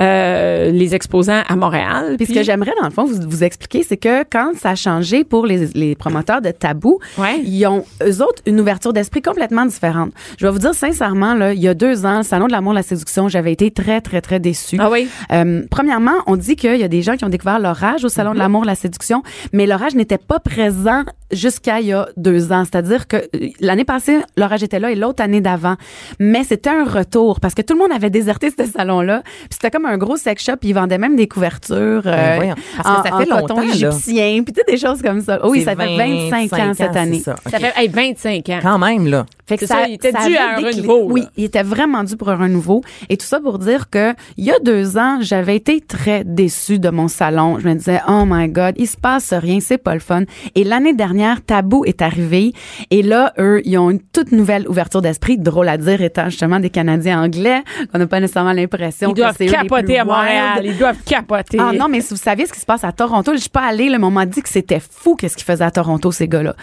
Speaker 3: euh, les exposants à Montréal.
Speaker 6: Puis ce que j'aimerais, dans le fond, vous, vous expliquer, c'est que quand ça a changé pour les, les promoteurs de tabou,
Speaker 3: Ouais.
Speaker 6: ils ont, eux autres, une ouverture d'esprit complètement différente. Je vais vous dire sincèrement, là, il y a deux ans, le Salon de l'amour et la séduction, j'avais été très, très, très déçue.
Speaker 3: Ah oui?
Speaker 6: Euh, premièrement, on dit qu'il y a des gens qui ont découvert l'orage au Salon
Speaker 4: Mm-hmm.
Speaker 6: de l'amour et la séduction, mais l'orage n'était pas présent jusqu'à il y a deux ans. C'est-à-dire que euh, l'année passée, l'orage était là et l'autre année d'avant. Mais c'était un retour parce que tout le monde avait déserté ce salon-là. Puis c'était comme un gros sex shop. Ils vendaient même des couvertures euh,
Speaker 4: Ben voyons, parce que ça
Speaker 6: en-
Speaker 4: fait
Speaker 6: en coton
Speaker 4: longtemps, là.
Speaker 6: égyptien, puis tu sais, des choses comme ça. Oh oui,
Speaker 4: C'est
Speaker 6: ça fait 25, ans cette
Speaker 4: c'est
Speaker 6: année.
Speaker 4: ça.
Speaker 3: Ça fait hey, 25 ans.
Speaker 4: Quand même, là.
Speaker 6: Fait que
Speaker 3: C'est ça, il était dû
Speaker 6: avait
Speaker 3: à un
Speaker 6: décliné.
Speaker 3: renouveau, là.
Speaker 6: Oui, il était vraiment dû pour un renouveau. Et tout ça pour dire que il y a deux ans, j'avais été très déçue de mon salon. Je me disais, oh my God, il se passe rien, c'est pas le fun. Et l'année dernière, dernière, Tabou est arrivé. Et là, eux, ils ont une toute nouvelle ouverture d'esprit, drôle à dire, étant justement des Canadiens anglais, qu'on n'a pas nécessairement l'impression
Speaker 3: Ils
Speaker 6: que
Speaker 3: doivent
Speaker 6: c'est eux les plus
Speaker 3: capoter à Montréal.
Speaker 6: wild.
Speaker 3: Ils doivent capoter.
Speaker 6: Ah non, mais si vous saviez ce qui se passe à Toronto, je suis pas allée, le moment dit que c'était fou qu'est-ce qu'ils faisaient à Toronto, ces gars-là.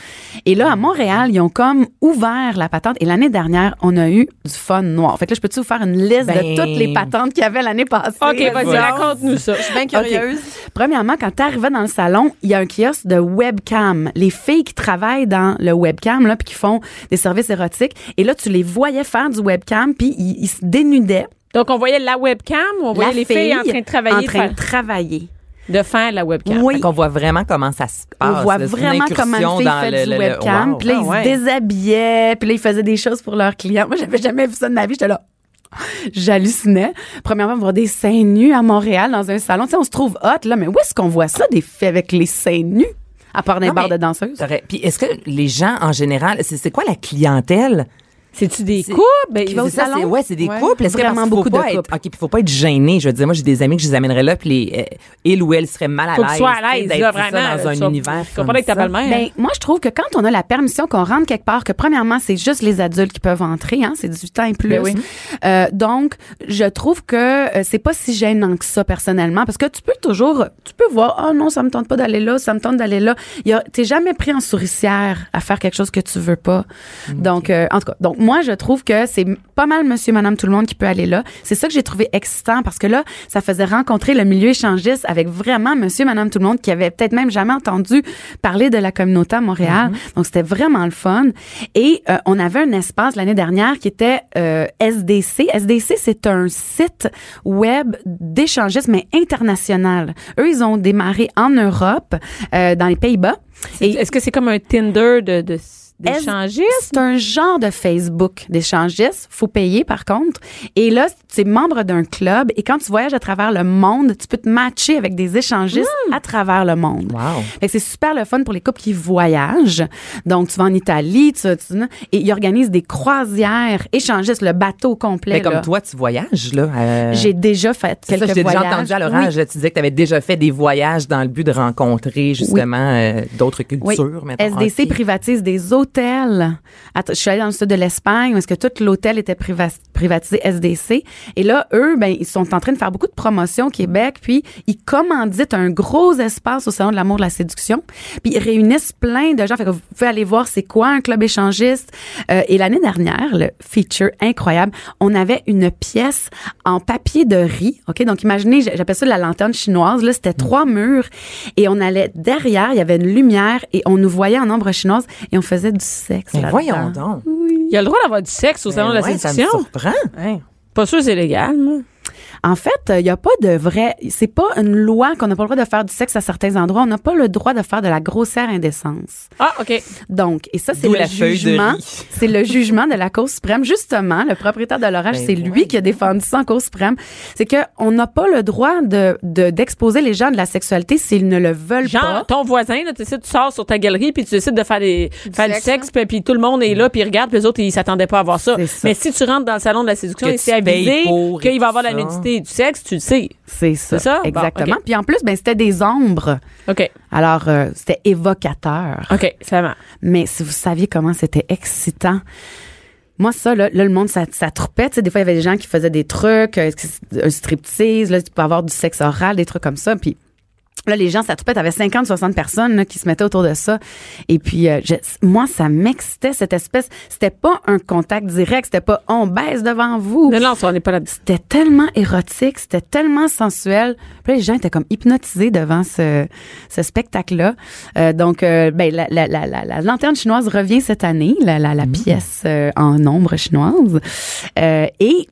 Speaker 6: Et là, à Montréal, ils ont comme ouvert la patente. Et l'année dernière, on a eu du fun noir. Fait que là, je peux-tu vous faire une liste
Speaker 4: Ben.
Speaker 6: de toutes les patentes qu'il y avait l'année passée?
Speaker 3: OK, vas-y, raconte-nous ça.
Speaker 5: Je suis bien curieuse.
Speaker 6: Premièrement, quand tu arrivais dans le salon, il y a un kiosque de webcam. Les filles qui travaillent dans le webcam, là, puis qui font des services érotiques. Et là, tu les voyais faire du webcam, puis ils, ils se dénudaient.
Speaker 3: Donc, on voyait la webcam ou on voyait
Speaker 6: La
Speaker 3: les filles en
Speaker 6: fille
Speaker 3: train de travailler,
Speaker 6: En train
Speaker 3: de,
Speaker 6: de travailler.
Speaker 3: faire, de faire la webcam?
Speaker 6: Oui.
Speaker 4: Fait qu'on voit vraiment comment ça se passe.
Speaker 6: On voit
Speaker 4: là, Ah, c'est une
Speaker 6: vraiment
Speaker 4: incursion
Speaker 6: comment une fille
Speaker 4: dans
Speaker 6: fait
Speaker 4: le-
Speaker 6: du
Speaker 4: le- le-
Speaker 6: webcam.
Speaker 4: wow.
Speaker 6: Puis là, ils
Speaker 5: Ah ouais.
Speaker 6: se déshabillaient. Puis là, ils faisaient des choses pour leurs clients. Moi, j'avais jamais vu ça de ma vie. J'étais là... J'hallucinais. Premièrement, voir des seins nus à Montréal dans un salon. Tu sais, on se trouve hot, là, mais où est-ce qu'on voit ça, des filles avec les seins nus? À part dans les
Speaker 4: Non,
Speaker 6: bars
Speaker 4: mais
Speaker 6: de danseuses.
Speaker 4: t'aurais- Puis est-ce que les gens, en général, c'est c'est quoi la clientèle?
Speaker 3: C'est-tu des
Speaker 4: C'est-
Speaker 3: couples? Ben,
Speaker 4: C'est ça, c'est- ouais, c'est des
Speaker 6: Ouais.
Speaker 4: couples. Est-ce que
Speaker 6: Vraiment
Speaker 4: parce qu'il faut
Speaker 6: beaucoup de
Speaker 4: pas être-
Speaker 6: couples.
Speaker 4: OK, puis faut pas être gêné. Je veux dire, moi, j'ai des amis que je les amènerais là, puis les, euh, ils ou elles seraient mal à
Speaker 3: Faut
Speaker 4: l'aise.
Speaker 3: que tu sois à
Speaker 4: tu sais,
Speaker 3: l'aise,
Speaker 4: d'être
Speaker 3: là,
Speaker 4: ça
Speaker 3: vraiment.
Speaker 4: Dans un
Speaker 3: Tu vas-
Speaker 4: univers.
Speaker 3: Tu vas
Speaker 4: comme
Speaker 3: parler avec ta
Speaker 4: ça.
Speaker 3: belle-mère.
Speaker 6: Ben, moi, je trouve que quand on a la permission qu'on rentre quelque part, que premièrement, c'est juste les adultes qui peuvent entrer, hein, c'est 18 ans et plus.
Speaker 3: Ben oui.
Speaker 6: Euh, donc, je trouve que euh, c'est pas si gênant que ça, personnellement, parce que tu peux toujours, tu peux voir, oh non, ça me tente pas d'aller là, ça me tente d'aller là. Il y a- T'es jamais pris en souricière à faire quelque chose que tu veux pas. Donc, euh, en tout cas, donc moi, je trouve que c'est pas mal monsieur, madame, tout le monde qui peut aller là. C'est ça que j'ai trouvé excitant, parce que là, ça faisait rencontrer le milieu échangiste avec vraiment monsieur, madame, tout le monde qui avait peut-être même jamais entendu parler de la communauté à Montréal. Donc, c'était vraiment le fun. Et euh, on avait un espace l'année dernière qui était euh, SDC. SDC, c'est un site web d'échangisme mais international. Eux, ils ont démarré en Europe, euh, dans les Pays-Bas. Et
Speaker 3: Est-ce que c'est comme un Tinder de, de, d'échangistes?
Speaker 6: c'est un genre de Facebook d'échangistes. Faut payer, par contre. Et là, tu es membre d'un club et quand tu voyages à travers le monde, tu peux te matcher avec des échangistes à travers le monde.
Speaker 4: Wow.
Speaker 6: Fait que c'est super le fun pour les couples qui voyagent. Donc, tu vas en Italie, tu, tu- et ils organisent des croisières échangistes, le bateau complet.
Speaker 4: Mais comme
Speaker 6: là.
Speaker 4: toi, tu voyages, là. euh,
Speaker 6: J'ai déjà fait
Speaker 4: c'est
Speaker 6: quelques
Speaker 4: ça, je t'ai déjà
Speaker 6: voyages.
Speaker 4: entendu à l'orage. Tu disais que tu avais déjà fait des voyages dans le but de rencontrer justement euh, d'autres
Speaker 6: Oui.
Speaker 4: cultures. mettons.
Speaker 6: SDC
Speaker 4: Ok.
Speaker 6: privatise des hôtels. Attends, je suis allée dans le sud de l'Espagne parce que tout l'hôtel était priva- privatisé SDC. Et là, eux, ben, ils sont en train de faire beaucoup de promotions au Québec. Puis, ils commanditent un gros espace au Salon de l'amour de la séduction. Puis, ils réunissent plein de gens. Fait que vous pouvez aller voir c'est quoi un club échangiste. Euh, et l'année dernière, le feature incroyable, on avait une pièce en papier de riz. OK? Donc, imaginez, j'- j'appelle ça la lanterne chinoise. Là,
Speaker 4: Mm.
Speaker 6: c'était trois murs et on allait derrière, il y avait une lumière et on nous voyait en ombre chinoise et on faisait du sexe.
Speaker 4: Mais
Speaker 6: là-dedans.
Speaker 4: voyons donc.
Speaker 3: Il y a le droit d'avoir du sexe au salon de la
Speaker 4: Ben Ouais,
Speaker 3: séduction?
Speaker 4: Ça me surprend.
Speaker 3: Pas sûr que c'est légal, moi.
Speaker 6: En fait, euh, il n'y a pas de vrai. C'est pas une loi qu'on n'a pas le droit de faire du sexe à certains endroits. On n'a pas le droit de faire de la grossière indécence.
Speaker 3: Ah, OK.
Speaker 6: Donc, et ça, c'est
Speaker 4: D'où
Speaker 6: le
Speaker 4: la feuille de
Speaker 6: jugement.
Speaker 4: riz.
Speaker 6: C'est le jugement de la Cour suprême. Justement, le propriétaire de l'orage,
Speaker 4: Ben
Speaker 6: c'est lui
Speaker 4: voyons.
Speaker 6: qui a défendu ça en Cour suprême. C'est que on n'a pas le droit de de- d'exposer les gens de la sexualité s'ils ne le veulent
Speaker 3: Genre,
Speaker 6: pas.
Speaker 3: ton voisin, là, tu décides, tu sors sur ta galerie, puis tu décides de faire, des, faire du
Speaker 5: sexe,
Speaker 3: sexe, puis, puis tout le monde est là, puis il regarde, puis les autres, ils s'attendaient pas à voir ça.
Speaker 6: C'est ça.
Speaker 3: Mais si tu rentres dans le salon de la séduction
Speaker 4: Que
Speaker 3: et
Speaker 4: tu
Speaker 3: c'est avisé
Speaker 4: payes pour et
Speaker 3: qu'il va y avoir
Speaker 4: tout
Speaker 3: la
Speaker 4: ça.
Speaker 3: nudité et du sexe, tu le sais.
Speaker 6: C'est ça.
Speaker 3: C'est ça? Bon,
Speaker 6: Exactement.
Speaker 3: ok.
Speaker 6: Puis en plus, ben c'était des ombres.
Speaker 3: OK.
Speaker 6: Alors, euh, c'était évocateur.
Speaker 3: OK, finalement.
Speaker 6: Mais si vous saviez comment c'était excitant. Moi, ça, là, là, le monde, ça, ça troupait. Tu sais, des fois, il y avait des gens qui faisaient des trucs, euh, un striptease, là, tu peux avoir du sexe oral, des trucs comme ça. Puis là, les gens, ça troupait. T'avais 50, 60 personnes là, qui se mettaient autour de ça. Et puis, euh, je- moi, ça m'excitait, cette espèce. C'était pas un contact direct. C'était pas « on baisse devant vous ».
Speaker 3: Non, non, ça, on n'est pas là-dessus.
Speaker 6: C'était tellement érotique, c'était tellement sensuel. Puis là, les gens étaient comme hypnotisés devant ce, ce spectacle-là. Euh, donc, euh, ben, la, la, la, la, la lanterne chinoise revient cette année, la, la, la pièce euh, en ombre chinoise. Euh, et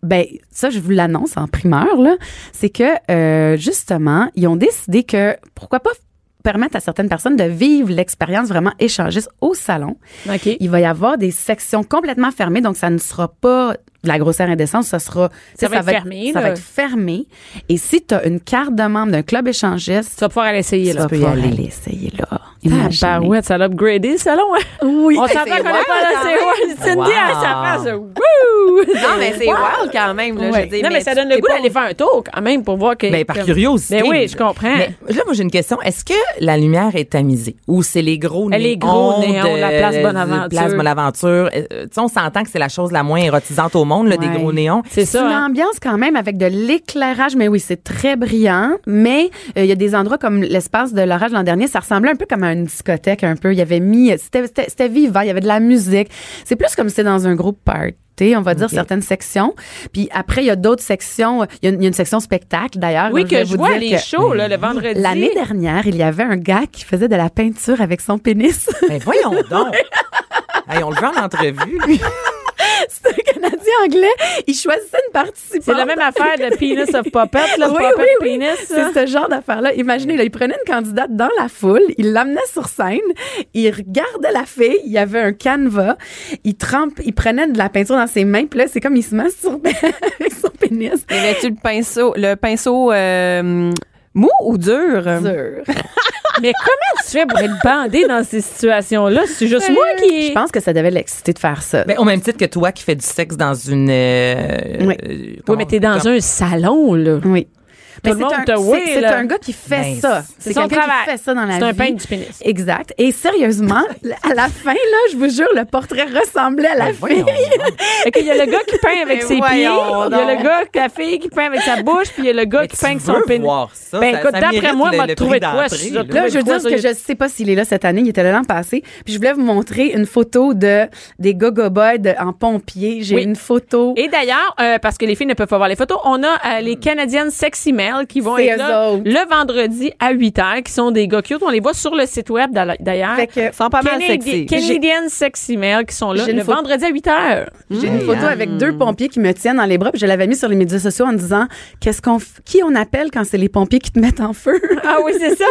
Speaker 6: ben ça je vous l'annonce en primeur là, c'est que euh, justement ils ont décidé que pourquoi pas permettre à certaines personnes de vivre l'expérience vraiment échangiste au salon.
Speaker 3: OK.
Speaker 6: Il va y avoir des sections complètement fermées, donc ça ne sera pas de la grossière indécence, ça sera tu sais,
Speaker 3: va être fermé,
Speaker 6: ça
Speaker 3: là.
Speaker 6: va être fermé. Et si tu as une carte de membre d'un club échangiste,
Speaker 3: Tu vas pouvoir aller Ah, bah essayer,
Speaker 6: tu
Speaker 3: là.
Speaker 6: vas pouvoir aller essayer là. Imaginez.
Speaker 3: Tabarouette, ça l'a upgradé le salon. hein?
Speaker 6: Oui.
Speaker 3: On s'entend qu'on n'a pas là, c'est wild. Cindy, elle s'en passe. Wouh!
Speaker 5: Non, mais c'est wild quand même. Là, je
Speaker 3: Ouais.
Speaker 5: veux dire,
Speaker 3: non, mais, ça
Speaker 5: tu-
Speaker 3: donne le
Speaker 5: t'es
Speaker 3: goût
Speaker 5: pas-
Speaker 3: d'aller faire un tour quand même pour voir que.
Speaker 4: Ben, par
Speaker 3: que-
Speaker 4: curiosité.
Speaker 3: Ben oui, je comprends.
Speaker 4: Mais là, moi, j'ai une question. Est-ce que la lumière est tamisée ou c'est les gros
Speaker 3: Les gros
Speaker 4: néons
Speaker 3: néons,
Speaker 4: de-
Speaker 3: la place
Speaker 4: de
Speaker 3: Bonaventure.
Speaker 4: Place Bonaventure. Euh, euh, Tu sais, on s'entend que c'est la chose la moins érotisante au monde, là, des
Speaker 6: Ouais.
Speaker 4: gros néons.
Speaker 3: c'est
Speaker 6: C'est
Speaker 3: ça.
Speaker 6: une
Speaker 3: hein.
Speaker 6: ambiance quand même avec de l'éclairage, mais oui, c'est très brillant. Mais euh, il y a des endroits comme l'espace de l'orage l'an dernier, ça ressemblait un peu comme à une discothèque un peu. Il y avait mis, c'était- c'était c'était vivant, il y avait de la musique. C'est plus comme si c'était dans un groupe party, on va dire certaines sections. Puis après, il y a d'autres sections. Il y a une, il y a une section spectacle d'ailleurs.
Speaker 3: Oui,
Speaker 6: Donc, je vais
Speaker 3: que je
Speaker 6: vous
Speaker 3: vois
Speaker 6: dire
Speaker 3: les
Speaker 6: que
Speaker 3: shows là, le vendredi.
Speaker 6: L'année dernière, il y avait un gars qui faisait de la peinture avec son pénis.
Speaker 4: Ben, voyons donc. Hey, on le veut en entrevue. lui.
Speaker 6: C'était un Canadien anglais. Il choisissait une participante.
Speaker 3: C'est la même affaire de Penis of Puppet, là,
Speaker 6: Oui,
Speaker 3: Puppet
Speaker 6: oui, oui.
Speaker 3: Penis. là.
Speaker 6: C'est ce genre d'affaire-là. Imaginez, là, il prenait une candidate dans la foule, il l'amenait sur scène, il regardait la fille, il y avait un canevas, il trempe, il prenait de la peinture dans ses mains, puis là, c'est comme il se masturbe avec son pénis.
Speaker 5: Il y avait-tu le pinceau, le pinceau euh, mou ou dur?
Speaker 6: Dur.
Speaker 3: Mais comment tu fais pour être bandé dans ces situations-là? C'est juste moi qui.
Speaker 6: Ben, Je pense que ça devait l'exciter de faire ça.
Speaker 4: Ben, au même titre que toi qui fais du sexe dans une. euh,
Speaker 6: Oui.
Speaker 4: euh,
Speaker 3: Oui,
Speaker 4: comment-
Speaker 3: mais t'es dans
Speaker 4: comment-
Speaker 3: un salon, là.
Speaker 6: oui.
Speaker 3: Tout le
Speaker 6: c'est
Speaker 3: monde
Speaker 6: un-
Speaker 3: te
Speaker 6: c'est-
Speaker 3: oui,
Speaker 6: C'est
Speaker 3: là.
Speaker 6: un gars qui fait
Speaker 4: Ben,
Speaker 6: ça.
Speaker 3: c'est
Speaker 6: C'est
Speaker 3: son
Speaker 6: quelqu'un
Speaker 3: travail.
Speaker 6: qui fait ça dans la vie.
Speaker 3: C'est un peintre du pénis.
Speaker 6: Exact. Et sérieusement, à la fin, là, je vous jure, le portrait ressemblait à la
Speaker 4: Ben,
Speaker 6: fille.
Speaker 4: voyons donc.
Speaker 3: Fait qu'il y a le gars qui peint avec
Speaker 5: Mais
Speaker 6: Ben,
Speaker 3: ses pieds, il y
Speaker 5: voyons
Speaker 3: a
Speaker 5: donc.
Speaker 3: le gars, la fille qui peint avec sa bouche, puis il y a le gars
Speaker 4: Mais
Speaker 3: qui
Speaker 4: tu
Speaker 3: peint avec son
Speaker 4: veux
Speaker 3: pénis.
Speaker 4: voir ça,
Speaker 3: ben
Speaker 4: ça-
Speaker 3: écoute,
Speaker 4: ça
Speaker 3: d'après
Speaker 4: mérite
Speaker 3: moi,
Speaker 4: le-
Speaker 3: m'a
Speaker 4: le
Speaker 3: trouvé
Speaker 4: prix
Speaker 3: de quoi.
Speaker 4: d'entrée,
Speaker 3: si
Speaker 4: là.
Speaker 3: trouvé
Speaker 6: Là,
Speaker 3: de
Speaker 6: je veux
Speaker 3: quoi
Speaker 6: dire ce
Speaker 3: sur
Speaker 6: que je sais pas s'il est là cette année, il était là l'an passé. Puis je voulais vous montrer une photo de des gogo boys de- en pompier. J'ai
Speaker 3: Oui.
Speaker 6: une photo.
Speaker 3: Et d'ailleurs, euh, parce que les filles ne peuvent pas voir les photos, on a euh, les Canadiennes Sexy Mail qui vont
Speaker 6: C'est
Speaker 3: être
Speaker 6: eux
Speaker 3: là
Speaker 6: autres.
Speaker 3: le vendredi à 8 h, qui sont des gars cute. On les voit sur le site web d'al- d'ailleurs.
Speaker 6: Fait que
Speaker 5: Ils sont pas mal
Speaker 3: Canadi-
Speaker 5: sexy.
Speaker 3: Canadiennes Sexy Mail qui sont là
Speaker 6: J'ai une
Speaker 3: le
Speaker 6: photo.
Speaker 3: vendredi à 8 h.
Speaker 6: j'ai une photo avec deux pompiers qui me tiennent dans les bras. Puis je l'avais mis sur les médias sociaux en disant qu'est-ce qu'on f- qui on appelle quand c'est les pompiers qui te mettent en feu.
Speaker 3: Ah oui, c'est ça.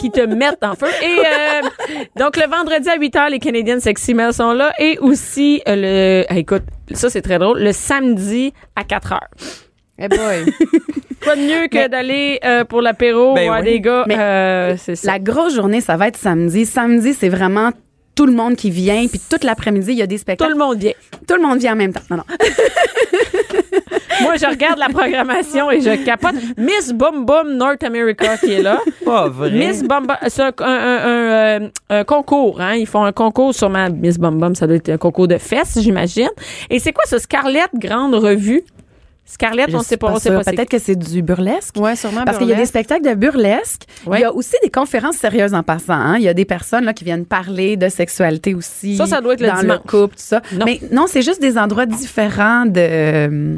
Speaker 3: Qui te mettent en feu. Et euh, donc, le vendredi à 8 h, les Canadiennes Sexy Mail sont là. Et aussi, euh, le. ah, écoute, ça, c'est très drôle. Le samedi à 4 h.
Speaker 5: Eh boy.
Speaker 3: Pas de mieux que d'aller euh, pour l'apéro
Speaker 4: Ben
Speaker 3: ou à
Speaker 4: oui.
Speaker 3: des gars.
Speaker 6: Mais
Speaker 3: euh, c'est ça.
Speaker 6: La grosse journée, ça va être samedi. Samedi, c'est vraiment tout le monde qui vient, puis toute l'après-midi, il y a des
Speaker 3: Tout
Speaker 6: spectacles.
Speaker 3: le monde vient.
Speaker 6: Tout le, monde vient en même temps. Non, non.
Speaker 3: Moi, je regarde la programmation et je capote. Miss Bum Bum North America qui est là.
Speaker 4: Pas vrai.
Speaker 3: Miss Bum Bum, c'est un, un- un- un, euh, un concours. Hein? Ils font un concours sur ma Miss Bum Bum. Ça doit être un concours de fesses, j'imagine. Et c'est quoi ça? Scarlett Grande Revue? Scarlett,
Speaker 6: Je
Speaker 3: on
Speaker 6: suis
Speaker 3: sait pas, on
Speaker 6: pas
Speaker 3: sait
Speaker 6: sûre.
Speaker 3: pas. c'est-
Speaker 6: Peut-être que c'est du burlesque.
Speaker 5: Ouais, sûrement.
Speaker 6: Parce qu'il y a des
Speaker 5: burlesque.
Speaker 6: spectacles de burlesque.
Speaker 3: Ouais.
Speaker 6: Il y a aussi des conférences sérieuses en passant. hein. Il y a des personnes là, qui viennent parler de sexualité aussi.
Speaker 3: Ça, ça doit être le
Speaker 6: dans
Speaker 3: dimanche.
Speaker 6: couple, tout ça.
Speaker 3: Non.
Speaker 6: Mais non, c'est juste des endroits différents de. euh,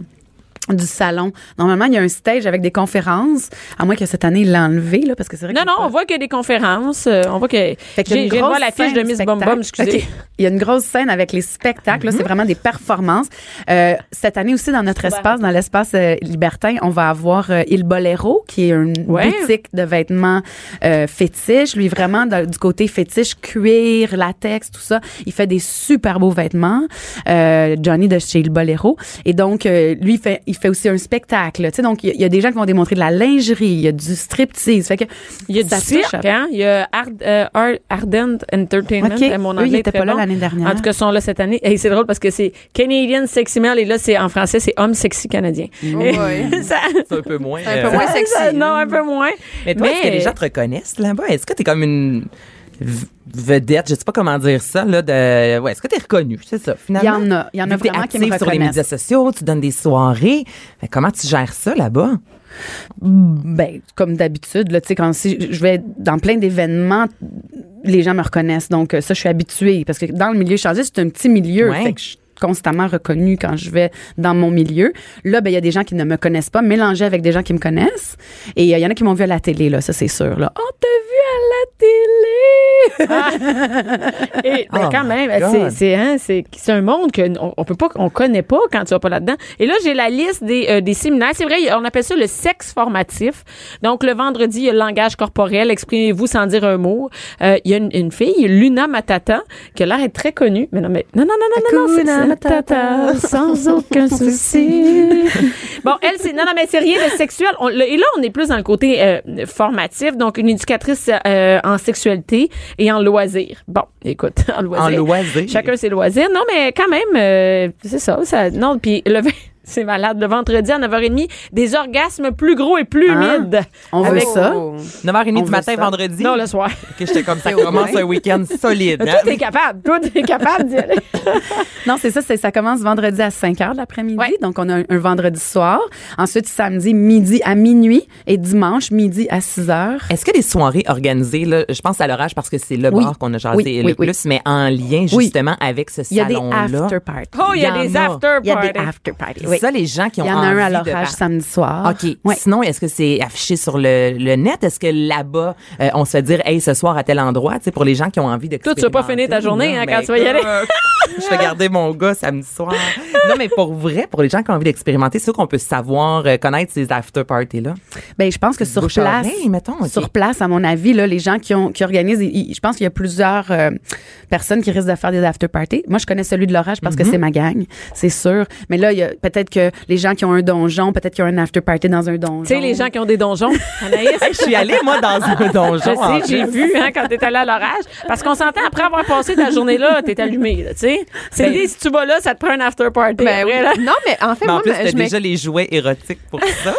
Speaker 6: du salon. Normalement, il y a un stage avec des conférences, à moins que cette année, il l'a enlevé, là, parce que c'est vrai
Speaker 3: Non,
Speaker 6: qu'il y a
Speaker 3: non,
Speaker 6: pas-
Speaker 3: on voit qu'il y a des conférences. euh, on voit que.
Speaker 6: Fait qu'il y a
Speaker 3: J'ai
Speaker 6: une
Speaker 3: j'ai le droit à
Speaker 6: grosse
Speaker 3: la fiche
Speaker 6: scène
Speaker 3: de Miss Bum
Speaker 6: spectacle.
Speaker 3: Bum, excusez. Mhm.
Speaker 6: OK. Il y a une grosse scène avec les spectacles. là, C'est vraiment des performances. Euh, cette année aussi, dans notre espace, dans l'espace euh, libertin, on va avoir euh, Il Bolero, qui est une
Speaker 3: Ouais.
Speaker 6: boutique de vêtements euh, fétiches. Lui, vraiment, dans- du côté fétiche, cuir, latex, tout ça. Il fait des super beaux vêtements. Euh, Johnny de chez Il Bolero. Et donc, euh, lui, il fait, il fait aussi un spectacle. Tu sais, donc, il y a- il y, a des gens qui vont démontrer de la lingerie. Il y a du striptease. Fait que
Speaker 3: Il y a
Speaker 6: ça
Speaker 3: du
Speaker 6: touche
Speaker 3: cirque, hein? Il y a Ard- euh, Ar- Ardent Entertainment.
Speaker 6: OK.
Speaker 3: Euh, Mon
Speaker 6: Eux,
Speaker 3: anglais
Speaker 6: ils
Speaker 3: est
Speaker 6: étaient
Speaker 3: très
Speaker 6: pas là
Speaker 3: bon.
Speaker 6: l'année dernière.
Speaker 4: Hein?
Speaker 3: En tout cas, ils sont là cette année. Et c'est drôle parce que c'est Canadian Sexy Male et là, c'est en français, c'est Homme Sexy Canadien. Et ça-
Speaker 4: C'est un peu moins.
Speaker 5: Oh, un peu
Speaker 4: euh,
Speaker 5: moins sexy. hein?
Speaker 3: ça- non, un peu moins.
Speaker 4: Mais toi, est-ce que les gens te reconnaissent là-bas? Est-ce que t'es comme une v- vedette, je sais pas comment dire ça, là, de... Ouais, est-ce que t'es reconnue, c'est ça,
Speaker 6: Il y
Speaker 4: finalement?
Speaker 6: en a. Il y en a
Speaker 4: Vu que t'es
Speaker 6: vraiment qui me
Speaker 4: active sur les
Speaker 6: reconnaissent.
Speaker 4: médias sociaux, tu donnes des soirées. Ben, comment tu gères ça là-bas?
Speaker 6: ben comme d'habitude là tu sais quand si je vais dans plein d'événements les gens me reconnaissent donc euh, ça je suis habituée parce que dans le milieu changé c'est un petit milieu
Speaker 4: Ouais.
Speaker 6: fait que je suis constamment reconnue quand je vais dans mon milieu. Là, ben, il y a des gens qui ne me connaissent pas, mélangés avec des gens qui me Oh, connaissent. Et euh, il y en a qui m'ont vu à la télé, là, ça c'est sûr. Là. On t'a vu à la télé!
Speaker 3: Et ben,
Speaker 4: Oh
Speaker 3: quand
Speaker 4: my
Speaker 3: même,
Speaker 4: God.
Speaker 3: c'est c'est hein, c'est c'est un monde que n- on, on peut pas on connaît pas quand tu vas pas là-dedans. Et là j'ai la liste des euh, des séminaires, c'est vrai, on appelle ça le sexe formatif. Donc le vendredi, il y a le langage corporel, exprimez-vous sans dire un mot. Euh, il y a une, une fille, Luna Matata, qui a l'air d'être très connue. Mais non mais non non non non non, c'est-
Speaker 5: Hakuna
Speaker 3: c'est-
Speaker 5: Matata.
Speaker 3: sans aucun souci. Bon, elle, c'est non, non, mais c'est rien de sexuel. On- le- et là, on est plus dans le côté euh, formatif, donc une éducatrice euh, en sexualité et en loisirs. Bon, écoute, en loisirs.
Speaker 4: En loisir.
Speaker 3: Chacun ses loisirs. Non, mais quand même, euh, c'est ça, ça. Non, puis le vin- C'est malade. Le vendredi à 9h30, des orgasmes plus gros et plus
Speaker 6: Hein?
Speaker 3: humides.
Speaker 4: Ah,
Speaker 6: On
Speaker 3: Avec-
Speaker 6: veut ça.
Speaker 4: 9h30
Speaker 6: On
Speaker 4: du
Speaker 6: veut
Speaker 4: matin,
Speaker 6: ça.
Speaker 4: vendredi.
Speaker 3: Non, le soir.
Speaker 4: que j'étais comme ça commence un week-end solide. hein?
Speaker 3: Toi, t'es capable. Toi, t'es capable d'y aller.
Speaker 6: Non, c'est ça, c'est- ça commence vendredi à 5 h l'après-midi. Donc, on a un, un vendredi soir. Ensuite, samedi, midi à minuit. Et dimanche, midi à 6 h.
Speaker 4: Est-ce que les soirées organisées, là, je pense à l'orage parce que c'est le
Speaker 6: Oui.
Speaker 4: bar qu'on a jasé
Speaker 6: Oui,
Speaker 4: le
Speaker 6: oui, oui.
Speaker 4: plus, mais en lien
Speaker 6: Oui.
Speaker 4: justement avec ce
Speaker 6: Il y a des
Speaker 4: salon-là?
Speaker 6: after parties.
Speaker 3: Oh, il y a
Speaker 4: Il y en
Speaker 3: des
Speaker 4: a.
Speaker 3: after
Speaker 6: Il y a des
Speaker 3: parties.
Speaker 6: after parties.
Speaker 4: Ça, les gens qui ont
Speaker 6: Il y en a un à
Speaker 4: envie de
Speaker 6: l'orage
Speaker 4: par-
Speaker 6: samedi soir.
Speaker 3: Ah,
Speaker 4: OK.
Speaker 6: Ouais.
Speaker 4: Sinon, est-ce que c'est affiché sur le, le net? Est-ce que là-bas, euh, on se fait dire, hey, ce soir à tel endroit, tu sais, pour les gens qui ont envie de
Speaker 3: Toi, tu vas pas finir ta journée, hein, quand tu vas y aller.
Speaker 4: ben, euh, je vais garder mon gars samedi soir. non, mais pour vrai, pour les gens qui ont envie d'expérimenter, c'est sûr qu'on peut savoir, euh, connaître ces after parties-là.
Speaker 6: Ben, je pense que sur
Speaker 4: Bouche à
Speaker 6: place,
Speaker 4: oreille, mettons, ok.
Speaker 6: sur place, à mon avis, là, les gens qui, ont, qui organisent, ils- ils- je pense qu'il y a plusieurs euh, personnes qui risquent de faire des after parties. Moi, je connais celui de l'orage
Speaker 4: Mhm.
Speaker 6: parce que c'est ma gang, c'est sûr. Mais là, il y a peut-être que les gens qui ont un donjon, peut-être qu'il y a un after party dans un donjon.
Speaker 3: Tu sais, les gens qui ont des donjons. Anaïs,
Speaker 4: Hey, je suis allée, moi, dans un
Speaker 3: Je
Speaker 4: donjon. en
Speaker 3: sais, j'ai vu hein, quand t'es allé à l'orage. Parce qu'on s'entend, après avoir passé ta journée là, t'es allumé, là, tu sais. C'est dit, si tu vas là, ça te prend un after party.
Speaker 5: Ben
Speaker 3: après,
Speaker 5: oui.
Speaker 3: là.
Speaker 5: Non, mais en fait,
Speaker 4: Mais en
Speaker 5: moi,
Speaker 4: plus,
Speaker 5: je
Speaker 4: t'as
Speaker 5: me-
Speaker 4: déjà les jouets érotiques pour ça.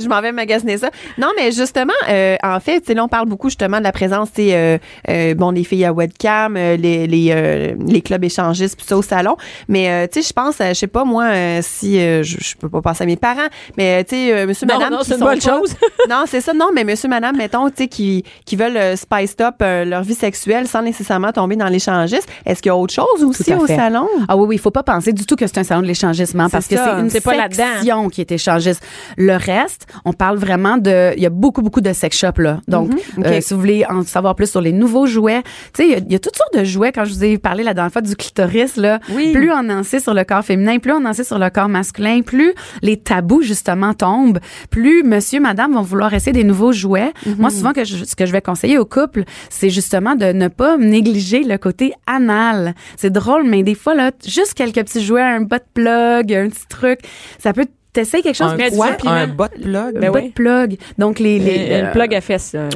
Speaker 5: je m'en vais magasiner ça. Non, mais justement, euh, en fait, tu sais, là, on parle beaucoup justement de la présence, tu sais, euh, euh, bon, les filles à webcam, euh, les les, euh, les clubs échangistes, puis ça au salon. Mais euh, tu sais, je pense, euh, je sais pas moi, euh, si euh, je je peux pas penser à mes parents, mais euh, tu sais, euh, Monsieur,
Speaker 3: Non,
Speaker 5: Madame,
Speaker 3: non,
Speaker 5: qui
Speaker 3: c'est une
Speaker 5: sont
Speaker 3: bonne
Speaker 5: pas-
Speaker 3: chose.
Speaker 5: non, c'est ça. Non, mais Monsieur, Madame, mettons, tu sais, qui qui veulent euh, spice up euh, leur vie sexuelle sans nécessairement tomber dans l'échangiste. Est-ce qu'il y a autre chose aussi
Speaker 6: à
Speaker 5: au
Speaker 6: fait.
Speaker 5: salon?
Speaker 6: Ah oui, oui, il faut pas penser du tout que c'est un salon de l'échangissement parce que
Speaker 5: ça.
Speaker 6: c'est une
Speaker 3: C'est pas là-dedans.
Speaker 6: section qui est échangiste. Le reste, on parle vraiment de, il y a beaucoup beaucoup de sex shops là. Donc, euh, si vous voulez en savoir plus sur les nouveaux jouets, tu sais, il y a- il y, a toutes sortes de jouets. Quand je vous ai parlé la dernière fois du clitoris là,
Speaker 5: Oui.
Speaker 6: plus on en sait sur le corps féminin, plus on en sait sur le corps masculin, plus les tabous justement tombent, plus Monsieur, Madame vont vouloir essayer des nouveaux jouets. Moi, souvent que je- ce que je vais conseiller aux couples, c'est justement de ne pas négliger le côté anal. C'est drôle, mais des fois là, juste quelques petits jouets, un bot plug, un petit truc, ça peut t'essayer quelque chose.
Speaker 4: un,
Speaker 3: mais
Speaker 6: mais
Speaker 3: tu
Speaker 4: quoi?
Speaker 3: sais, puis
Speaker 4: un
Speaker 3: même-
Speaker 4: bot plug.
Speaker 3: Ben
Speaker 6: bot
Speaker 3: oui.
Speaker 6: plug. Donc les, les
Speaker 3: Une- une
Speaker 6: euh,
Speaker 3: plug à fesses. euh.